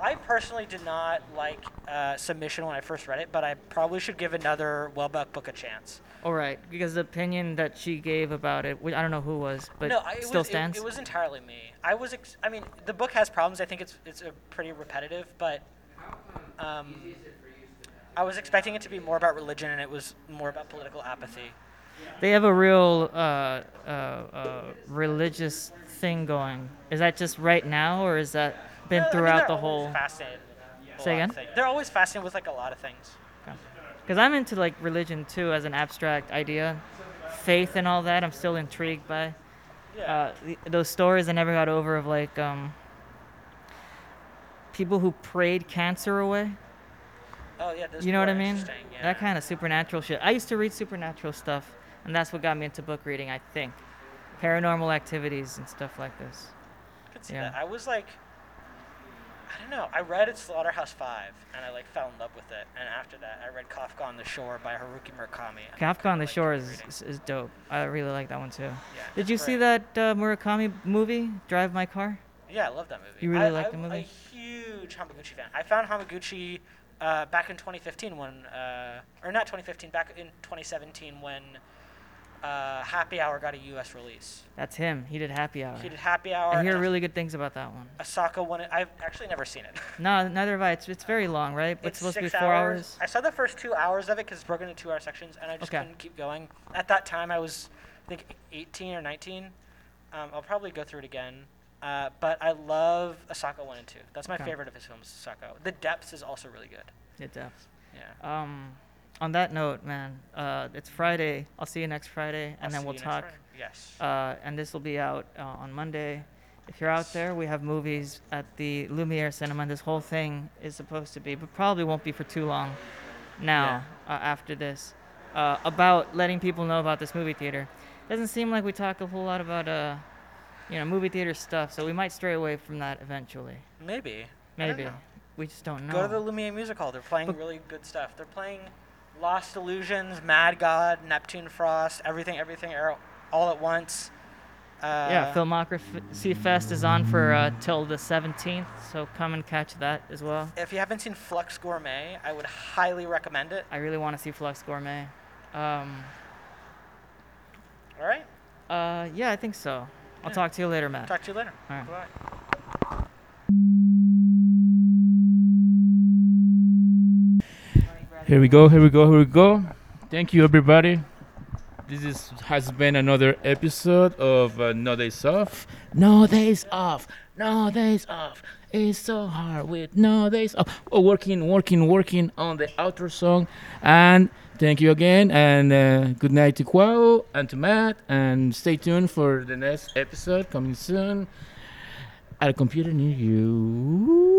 [SPEAKER 3] I personally did not like uh, Submission when I first read it, but I probably should give another Welbeck book a chance.
[SPEAKER 2] All right, because the opinion that she gave about it, wh- I don't know who was, but
[SPEAKER 3] no, I, it
[SPEAKER 2] still
[SPEAKER 3] was, it-
[SPEAKER 2] stands.
[SPEAKER 3] It, was entirely me. I was. Ex- I mean, the book has problems. I think it's it's a pretty repetitive, but um, I was expecting it to be more about religion, and it was more about political apathy.
[SPEAKER 2] They have a real uh, uh, uh, religious thing going. Is that just right now, or is that been
[SPEAKER 3] Yeah, I mean,
[SPEAKER 2] throughout
[SPEAKER 3] they're
[SPEAKER 2] the
[SPEAKER 3] always
[SPEAKER 2] whole?
[SPEAKER 3] Fascinated. with a
[SPEAKER 2] Say
[SPEAKER 3] lot of
[SPEAKER 2] again?
[SPEAKER 3] things. They're always fascinated with like a lot of things.
[SPEAKER 2] Because I'm into like religion too as an abstract idea, faith and all that. I'm still intrigued by
[SPEAKER 3] Yeah.
[SPEAKER 2] uh, th- those stories I never got over of like um, people who prayed cancer away.
[SPEAKER 3] oh yeah. Those
[SPEAKER 2] You know what I
[SPEAKER 3] people are
[SPEAKER 2] mean?
[SPEAKER 3] interesting, Yeah.
[SPEAKER 2] That kind of supernatural shit. I used to read supernatural stuff, and that's what got me into book reading. I think paranormal activities and stuff like this.
[SPEAKER 3] I could see
[SPEAKER 2] yeah.
[SPEAKER 3] that. I was like, I don't know. I read at Slaughterhouse Five, and I like fell in love with it. And after that, I read Kafka on the Shore by Haruki Murakami. and I
[SPEAKER 2] Kafka
[SPEAKER 3] kinda
[SPEAKER 2] on the
[SPEAKER 3] liked
[SPEAKER 2] Shore
[SPEAKER 3] it
[SPEAKER 2] is,
[SPEAKER 3] reading.
[SPEAKER 2] is, is dope. I really like that one too. Did
[SPEAKER 3] it's
[SPEAKER 2] you see
[SPEAKER 3] great.
[SPEAKER 2] that uh, Murakami movie, Drive My Car?
[SPEAKER 3] Yeah, I love that movie.
[SPEAKER 2] You really
[SPEAKER 3] I,
[SPEAKER 2] like
[SPEAKER 3] I'm
[SPEAKER 2] the movie?
[SPEAKER 3] a huge Hamaguchi fan. I found Hamaguchi uh, back in 2015 when, uh, or not 2015, back in 2017 when uh, Happy Hour got a U.S. release.
[SPEAKER 2] That's him. He did Happy Hour.
[SPEAKER 3] He did Happy Hour.
[SPEAKER 2] I hear
[SPEAKER 3] and
[SPEAKER 2] really good things about that one.
[SPEAKER 3] Asaka won it. I've actually never seen it.
[SPEAKER 2] No, neither have I. It's, it's very long, right? It's, supposed to be
[SPEAKER 3] six
[SPEAKER 2] four
[SPEAKER 3] I saw the first two hours of it because it's broken into two hour sections, and I just
[SPEAKER 2] Okay.
[SPEAKER 3] couldn't keep going. At that time, I was, I think, 18 or 19. Um, I'll probably go through it again. Uh, but I love Asako 1 and 2. That's my
[SPEAKER 2] Okay.
[SPEAKER 3] favorite of his films, Asako. The Depths is also really good.
[SPEAKER 2] It does.
[SPEAKER 3] Yeah.
[SPEAKER 2] Um, on that note, man, uh, it's Friday. I'll see you next Friday, and
[SPEAKER 3] I'll
[SPEAKER 2] then
[SPEAKER 3] see
[SPEAKER 2] we'll
[SPEAKER 3] you next
[SPEAKER 2] talk.
[SPEAKER 3] Friday. Yes.
[SPEAKER 2] Uh, and this will be out uh, on Monday. If you're out there, we have movies at the Lumiere Cinema. and This whole thing is supposed to be, but probably won't be for too long now uh, after this, uh, about letting people know about this movie theater. Doesn't seem like we talk a whole lot about, uh, you know, movie theater stuff, so we might stray away from that eventually.
[SPEAKER 3] Maybe. I don't
[SPEAKER 2] Maybe.
[SPEAKER 3] know.
[SPEAKER 2] We just don't know.
[SPEAKER 3] Go to the Lumiere Music Hall. They're playing
[SPEAKER 2] Oh. But-
[SPEAKER 3] really good stuff. They're playing Lost Illusions, Mad God, Neptune Frost, everything, everything, er- all at once. Uh,
[SPEAKER 2] yeah, Filmography Fest is on for uh, till the 17th, so come and catch that as well.
[SPEAKER 3] If you haven't seen Flux Gourmet, I would highly recommend it.
[SPEAKER 2] I really want to see Flux Gourmet. Um,
[SPEAKER 3] All right.
[SPEAKER 2] uh, yeah, I think so. I'll talk to you later, Matt.
[SPEAKER 3] Talk to you later.
[SPEAKER 2] All right.
[SPEAKER 3] Bye.
[SPEAKER 1] Here we go, here we go, here we go. Thank you, everybody. This is, has been another episode of uh, No Days Off. No Days Off, No Days Off. It's so hard with No Days Off. Oh, working, working, working on the outro song. And thank you again. And uh, good night to Kwao and to Matt. And stay tuned for the next episode coming soon at a computer near you.